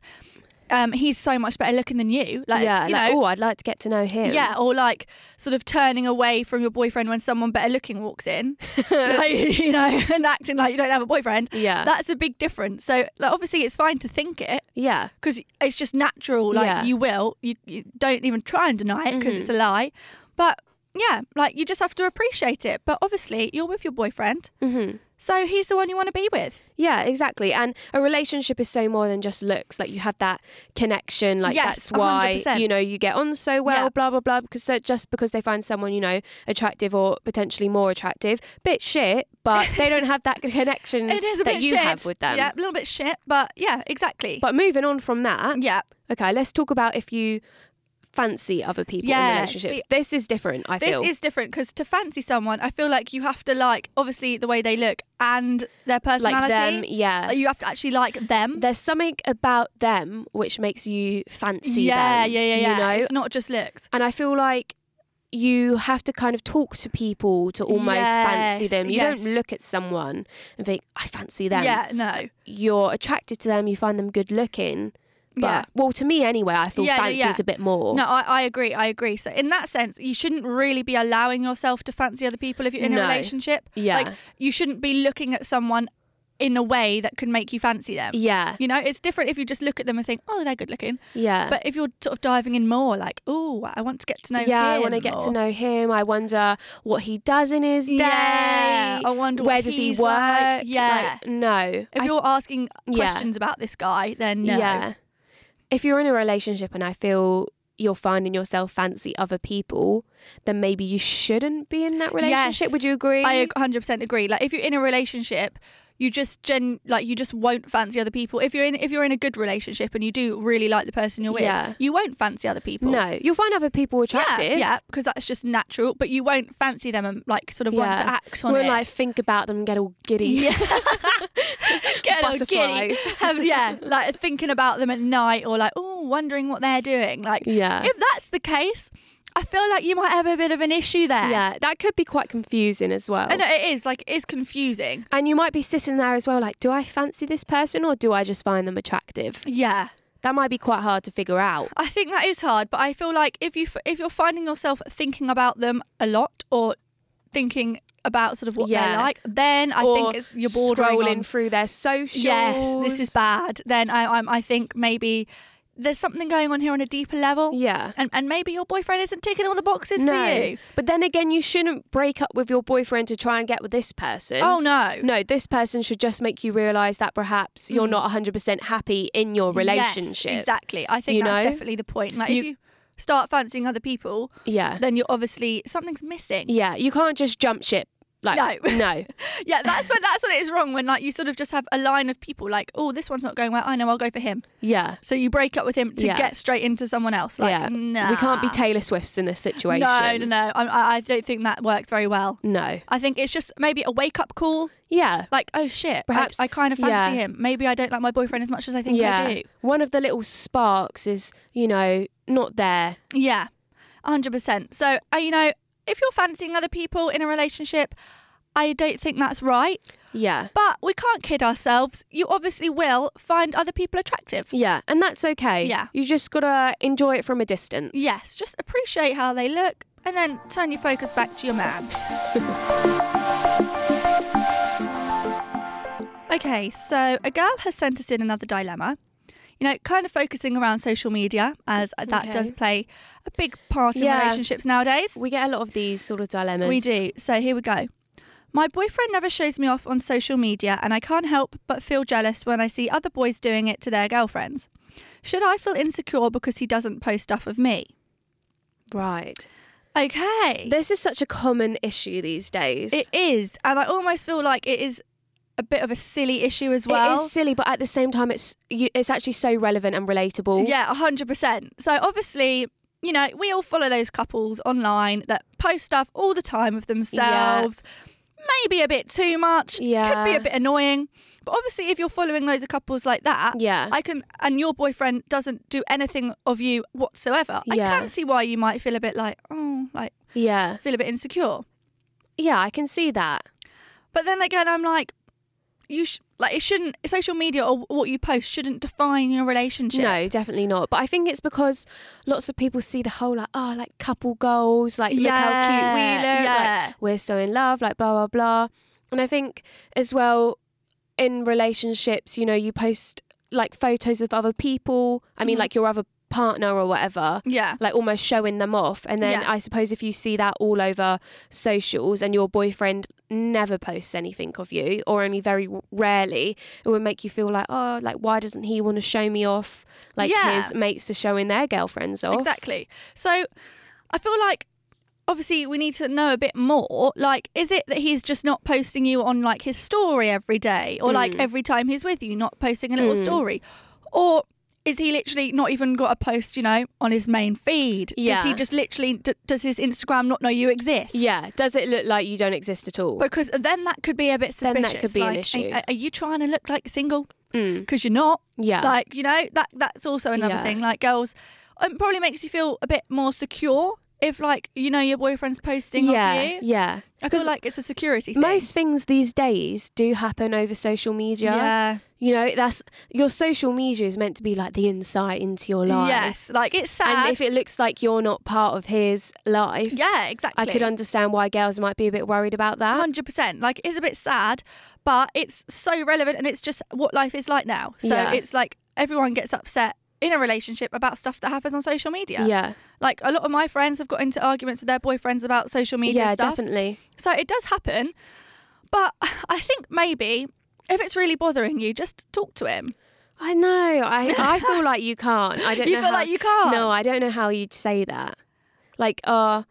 S2: um, he's so much better looking than you. Like
S3: yeah,
S2: you
S3: like,
S2: know.
S3: oh, I'd like to get to know him.
S2: Yeah, or like sort of turning away from your boyfriend when someone better looking walks in, like, you know, and acting like you don't have a boyfriend.
S3: Yeah.
S2: That's a big difference. So like, obviously it's fine to think it
S3: yeah.
S2: because it's just natural. Like
S3: Yeah.
S2: you will, you, you don't even try and deny it because
S3: Mhm.
S2: it's a lie. But yeah, like you just have to appreciate it. But obviously, you're with your boyfriend,
S3: hmm
S2: so he's the one you want to be with.
S3: Yeah, exactly. And a relationship is so more than just looks. Like you have that connection. Like
S2: Yes,
S3: that's why
S2: 100%.
S3: you know you get on so well.
S2: Yeah.
S3: Blah blah blah. Because so- just because they find someone you know attractive or potentially more attractive, bit shit. But they don't have that connection
S2: It is a
S3: Mm, that
S2: bit
S3: you
S2: shit.
S3: have with them.
S2: Yeah, a little bit shit, but yeah, exactly. Um,
S3: But moving on from that,
S2: yeah,
S3: okay, let's talk about if you fancy other people in
S2: Yeah,
S3: relationships.
S2: see-
S3: this is different. I
S2: this
S3: feel.
S2: is different because to fancy someone, I feel like you have to like obviously the way they look and their
S3: like
S2: personality.
S3: them, yeah.
S2: Like, you have to actually like them.
S3: There's something about them which makes you fancy
S2: yeah,
S3: them.
S2: yeah, yeah, yeah.
S3: You know,
S2: it's not just looks.
S3: And I feel like you have to kind of talk to people to almost fancy
S2: Yes,
S3: them. You
S2: yes.
S3: don't look at someone and think, I fancy them.
S2: Yeah, no.
S3: You're attracted to them, you find them good looking. But,
S2: yeah.
S3: well, to me anyway, I feel
S2: Yeah, yeah,
S3: fancy
S2: yeah.
S3: is a bit more.
S2: No, I, I agree. I agree. So in that sense, you shouldn't really be allowing yourself to fancy other people if you're in
S3: No.
S2: a relationship.
S3: Yeah.
S2: Like you shouldn't be looking at someone in a way that can make you fancy them.
S3: yeah.
S2: You know, it's different if you just look at them and think, "Oh, they're good looking,"
S3: Yeah.
S2: but if you're sort of diving in more, like, "Oh, I want to get to know
S3: yeah, I
S2: him,"
S3: want to get to
S2: or,
S3: know him. I wonder what he does in his day.
S2: Yeah, I wonder
S3: Where
S2: what
S3: does
S2: he's
S3: he work?
S2: like. Yeah.
S3: Like, no.
S2: If
S3: I
S2: you're asking
S3: Yeah.
S2: questions about this guy, then no.
S3: Yeah. If you're in a relationship and I feel you're finding yourself fancy other people, then maybe you shouldn't be in that relationship.
S2: Yes.
S3: Would you agree?
S2: I ag- 100% agree. Like if you're in a relationship, you just gen like you just won't fancy other people. If you're in if you're in a good relationship and you do really like the person you're with,
S3: Yeah.
S2: you won't fancy other people.
S3: No, you'll find other people
S2: Yeah,
S3: attractive.
S2: yeah, because that's just natural. But you won't fancy them and like sort of want
S3: Yeah.
S2: to act on
S3: We'll
S2: it.
S3: like think about them, and get all giddy.
S2: yeah, Get all giddy.
S3: Butterflies.
S2: Have- yeah, like thinking about them at night or like oh, wondering what they're doing. Like
S3: Yeah.
S2: if that's the case, I feel like you might have a bit of an issue there.
S3: Yeah, that could be quite confusing as well.
S2: I know it is, like, it is confusing.
S3: And you might be sitting there as well, like, do I fancy this person or do I just find them attractive?
S2: Yeah.
S3: That might be quite hard to figure out.
S2: I think that is hard, but I feel like if you f- if you're finding yourself thinking about them a lot or thinking about sort of what
S3: Yeah.
S2: they're like, then I
S3: Or
S2: think it's you're bordering
S3: scrolling
S2: on-
S3: through their socials.
S2: Yes, this is bad. Then I I'm, I think maybe there's something going on here on a deeper level,
S3: Yeah.
S2: and and maybe your boyfriend isn't ticking all the boxes for you.
S3: But then again, you shouldn't break up with your boyfriend to try and get with this person.
S2: Oh no.
S3: No, this person should just make you realise that perhaps you're not 100% happy in your
S2: Hmm. Yes,
S3: relationship.
S2: exactly. I think
S3: You
S2: that's
S3: know?
S2: definitely the point. Like
S3: You-
S2: if
S3: Uh.
S2: you start fancying other people,
S3: Yeah.
S2: then you're obviously something's missing.
S3: Yeah. You can't just jump ship. Like,
S2: No.
S3: no.
S2: Yeah, that's when that's when it is wrong when like you sort of just have a line of people like, oh, this one's not going well. I know, I'll go for him.
S3: Yeah.
S2: So you break up with him to
S3: Yeah.
S2: get straight into someone else. Like,
S3: yeah.
S2: nah.
S3: We can't be Taylor Swifts in this situation.
S2: No, no, no. I- I, I don't think that works very well.
S3: No.
S2: I think it's just maybe a wake up call.
S3: Yeah.
S2: Like, oh shit, I-
S3: Perhaps-
S2: I, kind of fancy
S3: yeah.
S2: him. Maybe I don't like my boyfriend as much as I think I do.
S3: One of the little sparks is, you know, not there.
S2: Yeah, 100%. So, uh, you know, if you're fancying other people in a relationship, I don't think that's right.
S3: Yeah.
S2: But we can't kid ourselves. You obviously will find other people attractive.
S3: Yeah. And that's okay.
S2: Yeah.
S3: You just got to enjoy it from a distance.
S2: Yes, just appreciate how they look and then turn your focus back to your man. okay, so a girl has sent us in another dilemma. You know, kind of focusing around social media as that
S3: Okay.
S2: does play a big part in
S3: Yeah.
S2: relationships nowadays.
S3: We get a lot of these sort of dilemmas.
S2: We do. So here we go. My boyfriend never shows me off on social media, and I can't help but feel jealous when I see other boys doing it to their girlfriends. Should I feel insecure because he doesn't post stuff of me?
S3: Right.
S2: Okay.
S3: This is such a common issue these days.
S2: It is, and I almost feel like it is a bit of a silly issue as well.
S3: it is silly, but at the same time, it's you, it's actually so relevant and relatable.
S2: Yeah, hundred percent. So obviously, you know, we all follow those couples online that post stuff all the time of themselves. Maybe a bit too much.
S3: Yeah.
S2: Could be a bit annoying. But obviously, if you're following loads of couples like that,
S3: Yeah.
S2: I can, and your boyfriend doesn't do anything of you whatsoever. I
S3: Yeah.
S2: can see why you might feel a bit like, oh, like
S3: yeah.
S2: feel a bit insecure.
S3: Yeah, I can see that.
S2: But then again, I'm like, you sh- like it shouldn't social media or what you post shouldn't define your relationship.
S3: No, definitely not. But I think it's because lots of people see the whole like, oh, like couple goals, like look how cute we
S2: Yeah,
S3: look,
S2: yeah.
S3: like we're so in love, like blah blah blah. And I think as well in relationships, you know, you post like photos of other people. I mean,
S2: Mhm.
S3: like your other partner or whatever.
S2: Yeah.
S3: Like almost showing them off, and then
S2: Yeah.
S3: I suppose if you see that all over socials, and your boyfriend never posts anything of you, or only very rarely, it would make you feel like, oh, like why doesn't he want to show me off? like
S2: Yeah.
S3: his mates are showing their girlfriends off.
S2: Exactly. So I feel like obviously we need to know a bit more. Like, is it that he's just not posting you on like his story every day or like
S3: Mm.
S2: every time he's with you, not posting a little
S3: Mm.
S2: story? Or is he literally not even got a post, you know, on his main feed?
S3: Yeah.
S2: Does he just literally, d- does his Instagram not know you exist?
S3: Yeah. Does it look like you don't exist at all?
S2: Because then that could be a bit
S3: Then
S2: suspicious.
S3: that could be an
S2: like,
S3: issue.
S2: Are, are you trying to look like single?
S3: Mm,
S2: Because you're not.
S3: yeah.
S2: Like you know that that's also another
S3: Yeah.
S2: thing. Like girls, it probably makes you feel a bit more secure if like you know your boyfriend's posting
S3: yeah.
S2: of you.
S3: Yeah.
S2: I feel
S3: 'Cause
S2: like it's a security thing.
S3: Most things these days do happen over social media.
S2: yeah.
S3: You know, that's your social media is meant to be like the insight into your life.
S2: Yes, like it's sad.
S3: And if it looks like you're not part of his life,
S2: yeah, exactly.
S3: I could Ah. understand why girls might be a bit worried about that.
S2: hundred percent. Like it is a bit sad, but it's so relevant and it's just what life is like now. So
S3: Yeah.
S2: it's like everyone gets upset in a relationship about stuff that happens on social media.
S3: Yeah.
S2: Like a lot of my friends have got into arguments with their boyfriends about social media
S3: Yeah,
S2: stuff.
S3: definitely.
S2: So it does happen, but I think maybe if it's really bothering you, just talk to him.
S3: I know. I, I feel like you can't. I don't
S2: you
S3: know.
S2: feel
S3: how-
S2: like you can't.
S3: No, I don't know how you'd say that. Like, uh,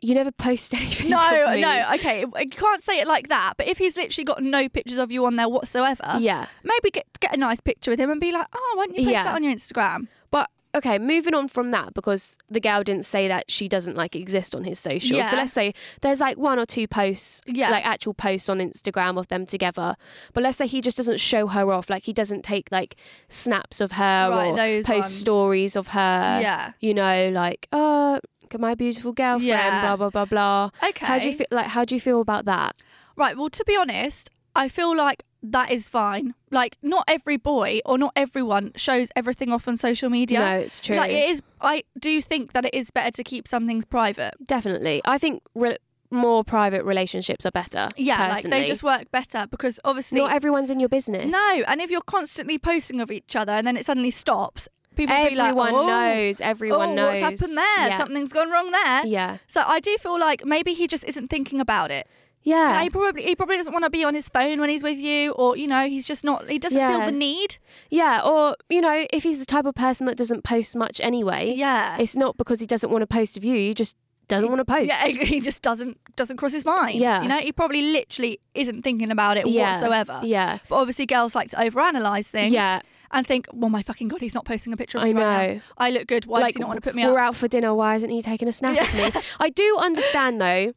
S3: you never post anything.
S2: no,
S3: of me.
S2: no. Okay, you can't say it like that. But if he's literally got no pictures of you on there whatsoever,
S3: Yeah,
S2: maybe get get a nice picture with him and be like, "Oh, why don't you post
S3: Yeah.
S2: that on your Instagram?"
S3: but okay. Moving on from that, because the girl didn't say that she doesn't like exist on his social.
S2: Yeah.
S3: So let's say there's like one or two posts,
S2: Yeah.
S3: like actual posts on Instagram of them together. But let's say he just doesn't show her off. Like he doesn't take like snaps of her
S2: Right,
S3: or
S2: those
S3: uh, post
S2: ones.
S3: stories of her.
S2: yeah,
S3: You know, like uh, look at my beautiful girlfriend,
S2: Yeah.
S3: blah blah blah blah.
S2: Okay.
S3: How do you feel? Like, how do you feel about that?
S2: Right. Well, to be honest, I feel like that is fine. Like, not every boy or not everyone shows everything off on social media.
S3: No, it's true.
S2: Like, it is. I do think that it is better to keep some things private.
S3: Definitely, I think re- more private relationships are better.
S2: Yeah,
S3: personally.
S2: like they just work better because obviously
S3: not everyone's in your business.
S2: no. And if you're constantly posting of each other and then it suddenly stops, people will be like,
S3: everyone
S2: "Oh,
S3: knows. Everyone
S2: oh,
S3: knows.
S2: what's happened there?
S3: Yeah.
S2: Something's gone wrong there."
S3: Yeah,
S2: So I do feel like maybe he just isn't thinking about it.
S3: yeah.
S2: He probably he probably doesn't want to be on his phone when he's with you, or you know, he's just not. He doesn't feel
S3: Yeah.
S2: the need.
S3: Yeah, or you know, if he's the type of person that doesn't post much anyway,
S2: Yeah,
S3: it's not because he doesn't want to post of you. He just doesn't want to post.
S2: yeah. He he just doesn't doesn't cross his mind.
S3: Yeah.
S2: you know, he probably literally isn't thinking about it
S3: Yeah.
S2: whatsoever.
S3: yeah,
S2: But obviously, girls like to overanalyze things.
S3: yeah.
S2: and think, well, my fucking god, he's not posting a picture of me
S3: I
S2: right now.
S3: know.
S2: I look good. Why does he not want to put me
S3: we're
S2: up?
S3: out for dinner. Why isn't he taking a snap of me? I do understand though,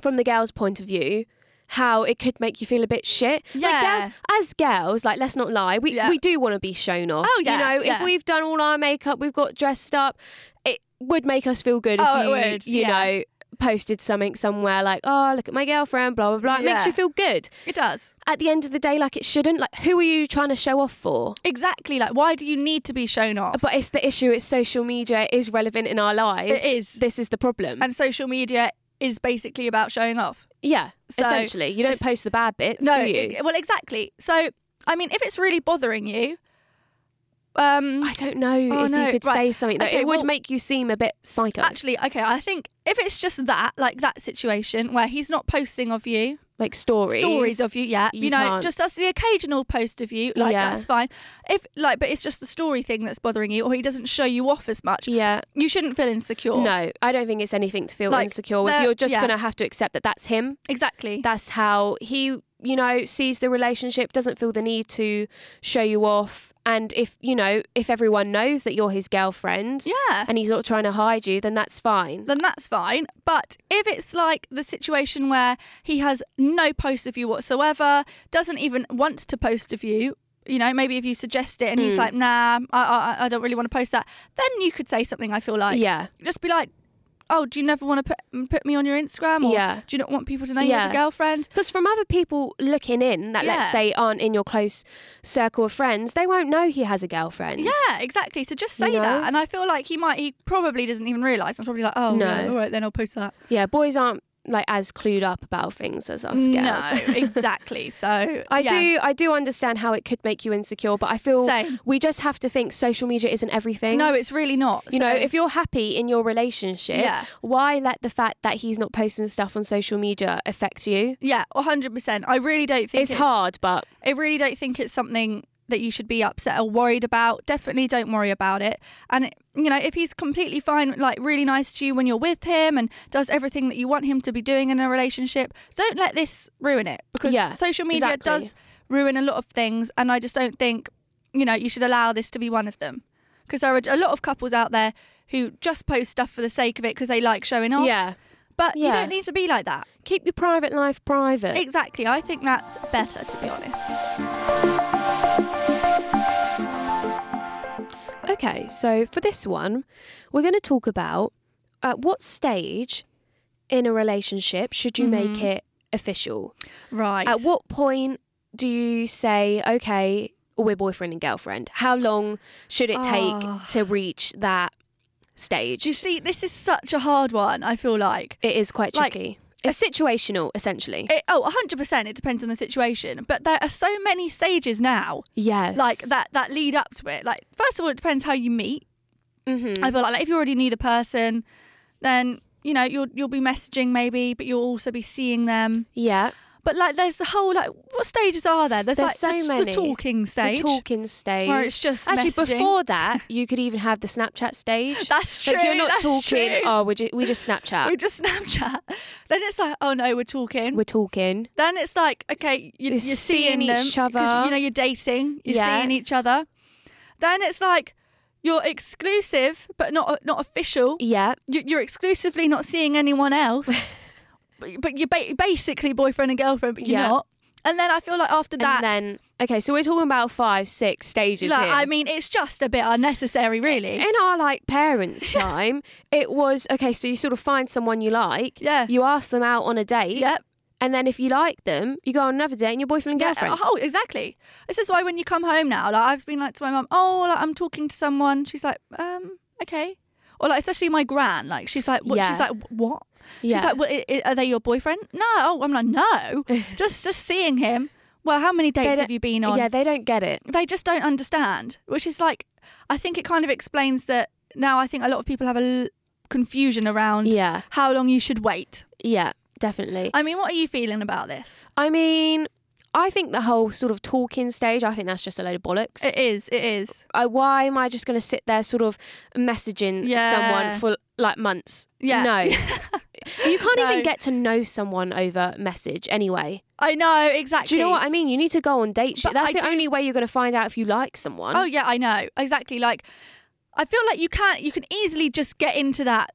S3: from the girl's point of view. How it could make you feel a bit shit. Like
S2: Yeah.
S3: girls, as girls, like let's not lie, we,
S2: Yeah.
S3: we do want to be shown off.
S2: Oh, yeah,
S3: You know,
S2: yeah.
S3: if we've done all our makeup, we've got dressed up, it would make us feel good
S2: Oh,
S3: if
S2: it
S3: you,
S2: would,
S3: you
S2: yeah.
S3: know, posted something somewhere like, oh, look at my girlfriend, blah, blah, blah. It
S2: Yeah.
S3: makes you feel good.
S2: It does.
S3: At the end of the day, like it shouldn't. Like, who are you trying to show off for?
S2: Exactly. Like, why do you need to be shown off?
S3: But it's the issue. It's social media. It is relevant in our lives.
S2: is.
S3: This is the problem.
S2: And social media is basically about showing off.
S3: yeah,
S2: So-
S3: essentially, you don't post the bad bits, do you?
S2: e- well, exactly. So, I mean, if it's really bothering you, um,
S3: I don't know
S2: Oh,
S3: if
S2: no,
S3: you could
S2: right.
S3: say something though.
S2: Okay,
S3: it would
S2: well-
S3: make you seem a bit psycho.
S2: actually, okay, I think if it's just that, like that situation where he's not posting of you,
S3: like stories.
S2: stories of you, yeah, you,
S3: You
S2: know,
S3: can't-
S2: just does the occasional post of you, like
S3: Yeah.
S2: that's fine. If like, but it's just the story thing that's bothering you, or he doesn't show you off as much.
S3: Yeah.
S2: You shouldn't feel insecure.
S3: No, I don't think it's anything to feel
S2: Like,
S3: insecure with.
S2: the-
S3: You're just
S2: yeah.
S3: going to have to accept that that's him.
S2: exactly.
S3: That's how he, you know, sees the relationship, doesn't feel the need to show you off. And if, you know, if everyone knows that you're his girlfriend
S2: yeah.
S3: and he's not trying to hide you, then that's fine.
S2: then that's fine. But if it's like the situation where he has no post of you whatsoever, doesn't even want to post of you, you know, maybe if you suggest it and he's
S3: Mm.
S2: like, nah, I, I, I don't really want to post that, then you could say something, I feel like.
S3: yeah.
S2: Just be like, oh, do you never want to put, put me on your Instagram? Or
S3: Yeah.
S2: do you not want people to know you have a
S3: Yeah.
S2: girlfriend?
S3: Because from other people looking in that,
S2: Yeah.
S3: let's say, aren't in your close circle of friends, they won't know he has a girlfriend.
S2: Yeah, exactly. So just
S3: You
S2: say
S3: know?
S2: that. And I feel like he might, he probably doesn't even realise. I'm probably like, oh,
S3: No.
S2: yeah, all right, then I'll post that.
S3: Yeah, boys aren't like as clued up about things as us girls.
S2: No, exactly. So
S3: I
S2: yeah.
S3: do I do understand how it could make you insecure, but I feel
S2: Same.
S3: we just have to think social media isn't everything.
S2: No, it's really not.
S3: You know,
S2: So-
S3: if you're happy in your relationship,
S2: Yeah.
S3: why let the fact that he's not posting stuff on social media affect you?
S2: Yeah, hundred percent. I really don't think
S3: It's hard, but
S2: I really don't think it's something that you should be upset or worried about. Definitely don't worry about it. And it, you know, if he's completely fine, like really nice to you when you're with him and does everything that you want him to be doing in a relationship, don't let this ruin it because
S3: Yeah,
S2: social media
S3: exactly.
S2: does ruin a lot of things. And I just don't think you know you should allow this to be one of them because there are a lot of couples out there who just post stuff for the sake of it because they like showing off.
S3: yeah.
S2: but you
S3: yeah.
S2: don't need to be like that.
S3: Keep your private life private.
S2: Exactly. I think that's better, to be honest.
S3: Okay, so for this one, we're going to talk about at what stage in a relationship should you
S2: Mm-hmm.
S3: make it official?
S2: Right.
S3: At what point do you say, okay, we're boyfriend and girlfriend? How long should it take
S2: Ah.
S3: to reach that stage?
S2: Do you see, this is such a hard one, I feel like.
S3: it is quite
S2: like,
S3: tricky. it's situational, essentially.
S2: It, oh, 100%. It depends on the situation. But there are so many stages now,
S3: yes.
S2: like that, that lead up to it. Like, first of all, it depends how you meet.
S3: Mhm.
S2: I feel like, like if you already knew the person, then, you know, you'll, you'll be messaging maybe, but you'll also be seeing them.
S3: Yeah.
S2: But like, there's the whole, like, what stages are there? There's,
S3: There's
S2: like
S3: so
S2: the, the
S3: many.
S2: talking
S3: The
S2: stage.
S3: talking stage.
S2: Where it's just
S3: Actually,
S2: messaging.
S3: before that, you could even have the Snapchat stage.
S2: That's true.
S3: Like you're not
S2: that's
S3: talking.
S2: true.
S3: Oh, we just, we just Snapchat.
S2: we just Snapchat. Then it's like, oh no, we're talking.
S3: We're talking.
S2: then it's like, okay, you,
S3: You're
S2: you're, seeing,
S3: seeing
S2: them
S3: each
S2: 'cause,
S3: other.
S2: You know, you're dating. You're
S3: Yeah.
S2: seeing each other. Then it's like you're exclusive, but not not official.
S3: Yeah.
S2: You- You're exclusively not seeing anyone else, but, but you're ba- basically boyfriend and girlfriend, but you're
S3: Yeah.
S2: not. And then I feel like after that,
S3: and then Okay, so we're talking about five, six stages
S2: Like,
S3: here.
S2: I mean, it's just a bit unnecessary, really.
S3: in our like parents' time, it was okay. So you sort of find someone you like.
S2: Yeah.
S3: You ask them out on a date.
S2: Yep.
S3: And then if you like them, you go on another date and your boyfriend and girlfriend.
S2: Yeah, oh, exactly. This is why when you come home now, like I've been like to my mum, oh, like, I'm talking to someone. She's like, um, okay. Or like especially my gran, like she's like, what?
S3: Yeah.
S2: She's like, "Wh- what?
S3: Yeah.
S2: She's like, what, i- i- are they your boyfriend? No. Oh, I'm like, no. just just seeing him. Well, how many dates
S3: don't-
S2: have you been on?
S3: Yeah, they don't get it.
S2: They just don't understand, which is like, I think it kind of explains that now. I think a lot of people have a l- confusion around
S3: Yeah.
S2: how long you should wait.
S3: Yeah, definitely.
S2: I mean, what are you feeling about this?
S3: I mean, I think the whole sort of talking stage, I think that's just a load of bollocks.
S2: It is. It is.
S3: I, uh, why am I just going to sit there sort of messaging
S2: Yeah.
S3: someone for like months?
S2: Yeah.
S3: No. you can't
S2: No.
S3: even get to know someone over message anyway.
S2: I know exactly.
S3: Do you know what I mean? You need to go on dates.
S2: But
S3: That's
S2: I
S3: the
S2: do-
S3: only way you're going to find out if you like someone.
S2: Oh yeah, I know exactly. Like, I feel like you can't. You can easily just get into that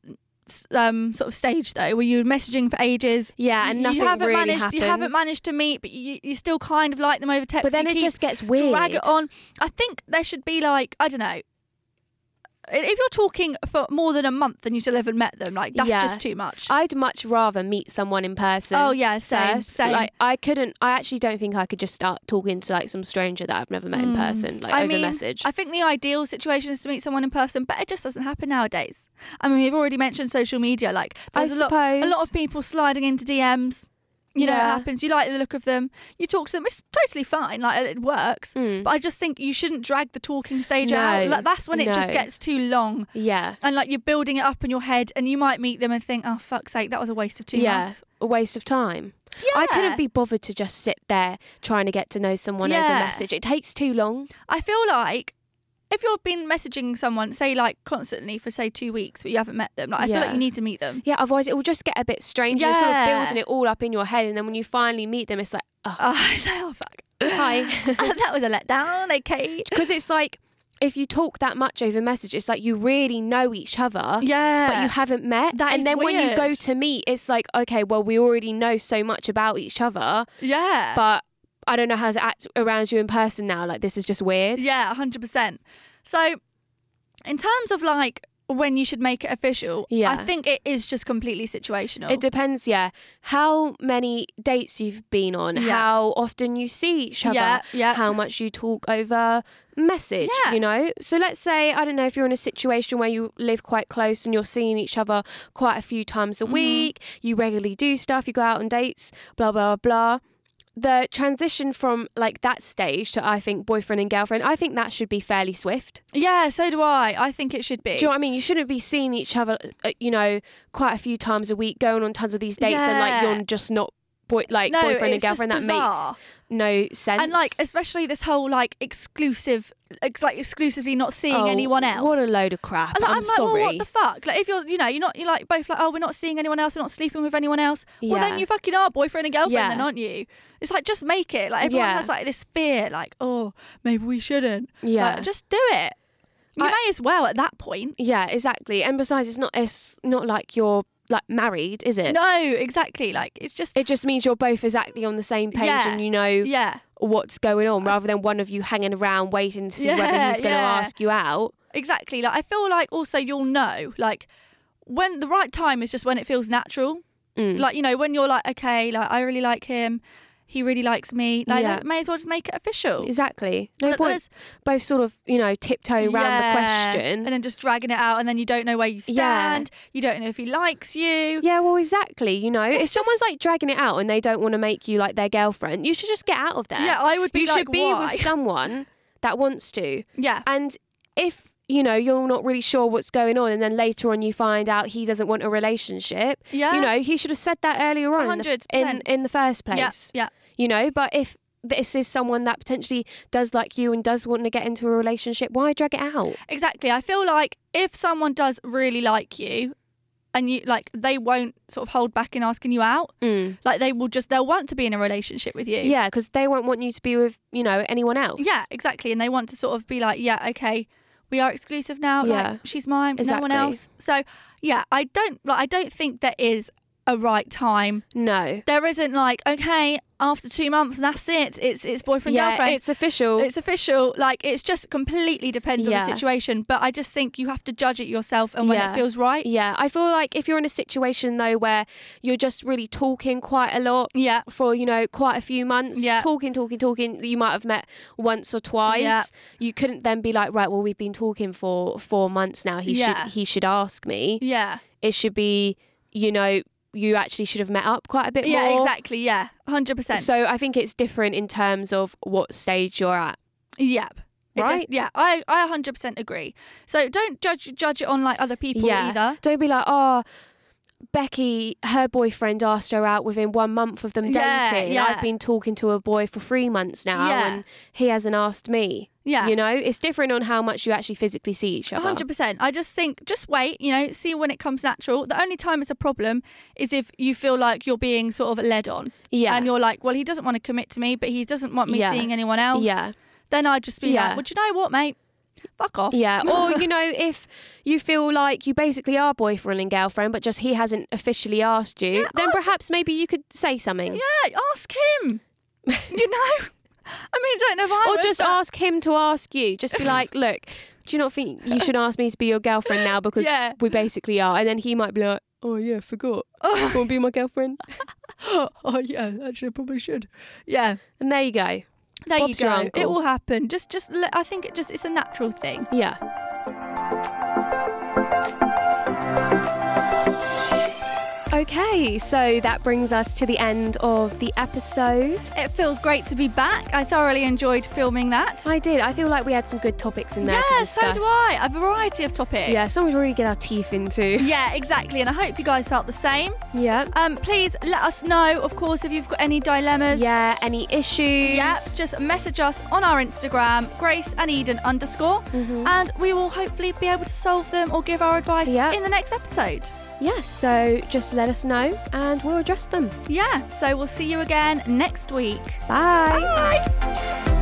S2: s- um, sort of stage though, where you're messaging for ages.
S3: yeah, and
S2: You-
S3: nothing
S2: you haven't
S3: really
S2: managed.
S3: happens.
S2: You haven't managed to meet, but you, you still kind of like them over text.
S3: But then
S2: you
S3: it
S2: keep-
S3: just gets weird.
S2: drag it on. I think there should be like I don't know. If you're talking for more than a month and you still haven't met them, like that's
S3: Yeah.
S2: just too much.
S3: I'd much rather meet someone in person.
S2: oh yeah, same,
S3: first.
S2: same.
S3: Like I couldn't. I actually don't think I could just start talking to like some stranger that I've never met in person, like
S2: Mm. I
S3: over
S2: mean,
S3: message.
S2: I think the ideal situation is to meet someone in person, but it just doesn't happen nowadays. I mean, we've already mentioned social media. Like,
S3: I
S2: there's a lot, a lot
S3: suppose.
S2: of people sliding into DMs. You know, it
S3: Yeah.
S2: happens. You like the look of them. You talk to them. It's totally fine. Like, it works.
S3: Mm.
S2: But I just think you shouldn't drag the talking stage
S3: No,
S2: out. Like, that's when it just
S3: no.
S2: gets too long.
S3: yeah,
S2: And like you're building it up in your head, and you might meet them and think, "Oh fuck's sake, that was a waste of two
S3: yeah,
S2: months."
S3: a waste of time.
S2: Yeah,
S3: I couldn't be bothered to just sit there trying to get to know someone
S2: Yeah.
S3: over message. It takes too long.
S2: I feel like if you've been messaging someone, say like constantly for say two weeks, but you haven't met them, like I feel like
S3: Yeah.
S2: you need to meet them.
S3: Yeah, otherwise it will just get a bit strange. You're sort of
S2: Yeah.
S3: building it all up in your head, and then when you finally meet them, it's like, oh,
S2: Oh, I say, oh fuck.
S3: hi.
S2: that was a letdown. Okay.
S3: Because it's like if you talk that much over message, it's like you really know each other.
S2: Yeah.
S3: but you haven't met.
S2: That
S3: and
S2: is
S3: then when you go
S2: weird.
S3: to meet, it's like, okay, well, we already know so much about each other,
S2: yeah.
S3: but I don't know how to act around you in person now. Like, this is just weird.
S2: yeah, hundred percent. So, in terms of like when you should make it official,
S3: Yeah.
S2: I think it is just completely situational.
S3: It depends, yeah, how many dates you've been on,
S2: Yeah.
S3: how often you see each other,
S2: Yeah, yeah.
S3: how much you talk over message,
S2: Yeah.
S3: you know? So let's say, I don't know, if you're in a situation where you live quite close and you're seeing each other quite a few times
S2: Mm-hmm.
S3: a week, you regularly do stuff, you go out on dates, blah, blah, blah. The transition from like that stage to I think boyfriend and girlfriend, I think that should be fairly swift.
S2: yeah, so do I. I think it should be.
S3: Do you know what I mean? You shouldn't be seeing each other, uh, you know, quite a few times a week, going on tons of these dates, and like
S2: Yeah.
S3: you're just not boy, like
S2: no,
S3: boyfriend and
S2: it's just
S3: girlfriend. That
S2: bizarre.
S3: makes no sense.
S2: and like especially this whole like exclusive, ex- like exclusively not seeing
S3: Oh,
S2: anyone else.
S3: What a load of crap!
S2: Like,
S3: I'm,
S2: like,
S3: sorry.
S2: well, what the fuck? Like, if you're, you know, you're not, you're like both like, oh, we're not seeing anyone else, we're not sleeping with anyone else. Well,
S3: Yeah.
S2: then you fucking are boyfriend and girlfriend,
S3: Yeah.
S2: then aren't you? It's like just make it. Like everyone
S3: Yeah.
S2: has like this fear, like oh, maybe we shouldn't.
S3: yeah,
S2: Like, just do it. You
S3: I-
S2: may as well at that point.
S3: yeah, exactly. And besides, it's not it's not like you're like married, is it?
S2: No, exactly. Like it's just
S3: It just means you're both exactly on the same page,
S2: Yeah.
S3: and you know
S2: yeah,
S3: what's going on, rather than one of you hanging around waiting to see whether
S2: Yeah,
S3: he's going to
S2: yeah.
S3: ask you out.
S2: exactly. Like I feel like also you'll know like when the right time is just when it feels natural.
S3: Mm.
S2: Like you know when you're like okay, like I really like him, he really likes me. Like
S3: Yeah.
S2: may as well just make it official.
S3: Exactly. No
S2: But
S3: point
S2: there's-
S3: both sort of, you know, tiptoeing around
S2: Yeah,
S3: the question.
S2: and then just dragging it out, and then you don't know where you stand. You don't know if he likes you.
S3: yeah, well, exactly. You know,
S2: It's
S3: if someone's like dragging it out and they don't want to make you like their girlfriend, you should just get out of there.
S2: Yeah, I would be
S3: you
S2: like,
S3: should be
S2: why?
S3: with someone that wants to.
S2: yeah,
S3: And if you know you're not really sure what's going on, and then later on you find out he doesn't want a relationship.
S2: Yeah.
S3: you know, he should have said that earlier on in the, f- in
S2: 100%.
S3: in the first
S2: Uh, yeah,
S3: place.
S2: yeah,
S3: You know, but if this is someone that potentially does like you and does want to get into a relationship, why drag it out?
S2: exactly. I feel like if someone does really like you, and you like, they won't sort of hold back in asking you out.
S3: Mm.
S2: Like they will just they'll want to be in a relationship with you.
S3: Yeah, because they won't want you to be with you know anyone else.
S2: yeah, exactly. And they want to sort of be like, yeah, okay, we are exclusive now.
S3: Yeah.
S2: like, she's mine, no one
S3: Exactly.
S2: else. So yeah, I don't like, I don't think there is a right time.
S3: No.
S2: There isn't like, okay, after two months, that's it. It's it's boyfriend
S3: yeah,
S2: girlfriend.
S3: it's official.
S2: It's official. Like it's just completely depends on
S3: Yeah.
S2: the situation. But I just think you have to judge it yourself and when
S3: Yeah.
S2: it feels right.
S3: yeah, I feel like if you're in a situation though where you're just really talking quite a lot
S2: Yeah.
S3: for you know quite a few months,
S2: Yeah.
S3: talking, talking, talking, you might have met once or twice.
S2: Yeah.
S3: You couldn't then be like, right, well, we've been talking for four months now. He
S2: Yeah.
S3: should he should ask me.
S2: Yeah.
S3: It should be, you know, you actually should have met up quite a bit
S2: Yeah,
S3: more.
S2: exactly. Yeah. 100%.
S3: So I think it's different in terms of what stage you're at.
S2: Yep. It def-
S3: Right?
S2: yeah, I, I 100% agree. So don't judge judge it on like other people
S3: Yeah.
S2: either.
S3: Don't be like, oh, Becky, her boyfriend asked her out within one month of them
S2: Yeah,
S3: dating.
S2: yeah.
S3: I've been talking to a boy for three months now
S2: Yeah.
S3: and he hasn't asked me.
S2: Yeah.
S3: You know, it's different on how much you actually physically see each other.
S2: 100%. I just think just wait, you know, see when it comes natural. The only time it's a problem is if you feel like you're being sort of led on
S3: Yeah.
S2: and you're like, well, he doesn't want to commit to me, but he doesn't want me
S3: Yeah.
S2: seeing anyone else.
S3: yeah.
S2: Then I'd just be
S3: Yeah.
S2: like, well, do you know what, mate? Fuck off.
S3: Yeah. Or, you know, if you feel like you basically are boyfriend and girlfriend, but just he hasn't officially asked you,
S2: Yeah,
S3: then
S2: ask-
S3: perhaps maybe you could say something.
S2: Yeah, ask him. you know? I mean, I don't know if I
S3: Or
S2: would,
S3: just
S2: but-
S3: ask him to ask you. Just be like, look, do you not think you should ask me to be your girlfriend now because
S2: Yeah.
S3: we basically are? And then he might be like, oh yeah, forgot. You want to be my girlfriend?
S2: oh, yeah, actually, I probably should. Yeah.
S3: And there you go.
S2: There
S3: Bob's
S2: you
S3: your
S2: go.
S3: uncle.
S2: It will happen. Just, just. let- I think it just. It's a natural thing.
S3: Yeah. Okay, so that brings us to the end of the episode.
S2: It feels great to be back. I thoroughly enjoyed filming that.
S3: I did. I feel like we had some good topics in there. to
S2: yeah, so
S3: discuss.
S2: do I. A variety of topics.
S3: Yeah, something to really get our teeth into.
S2: Yeah, exactly. And I hope you guys felt the same.
S3: Yeah.
S2: Um, please let us know, of course, if you've got any dilemmas.
S3: Yeah. Any issues?
S2: Yeah, just message us on our Instagram, Grace and Eden underscore, and we will hopefully be able to solve them or give our advice
S3: Yeah.
S2: in the next episode.
S3: Yeah, so just let us know and we'll address them.
S2: Yeah, so we'll see you again next week.
S3: Bye.
S2: Bye.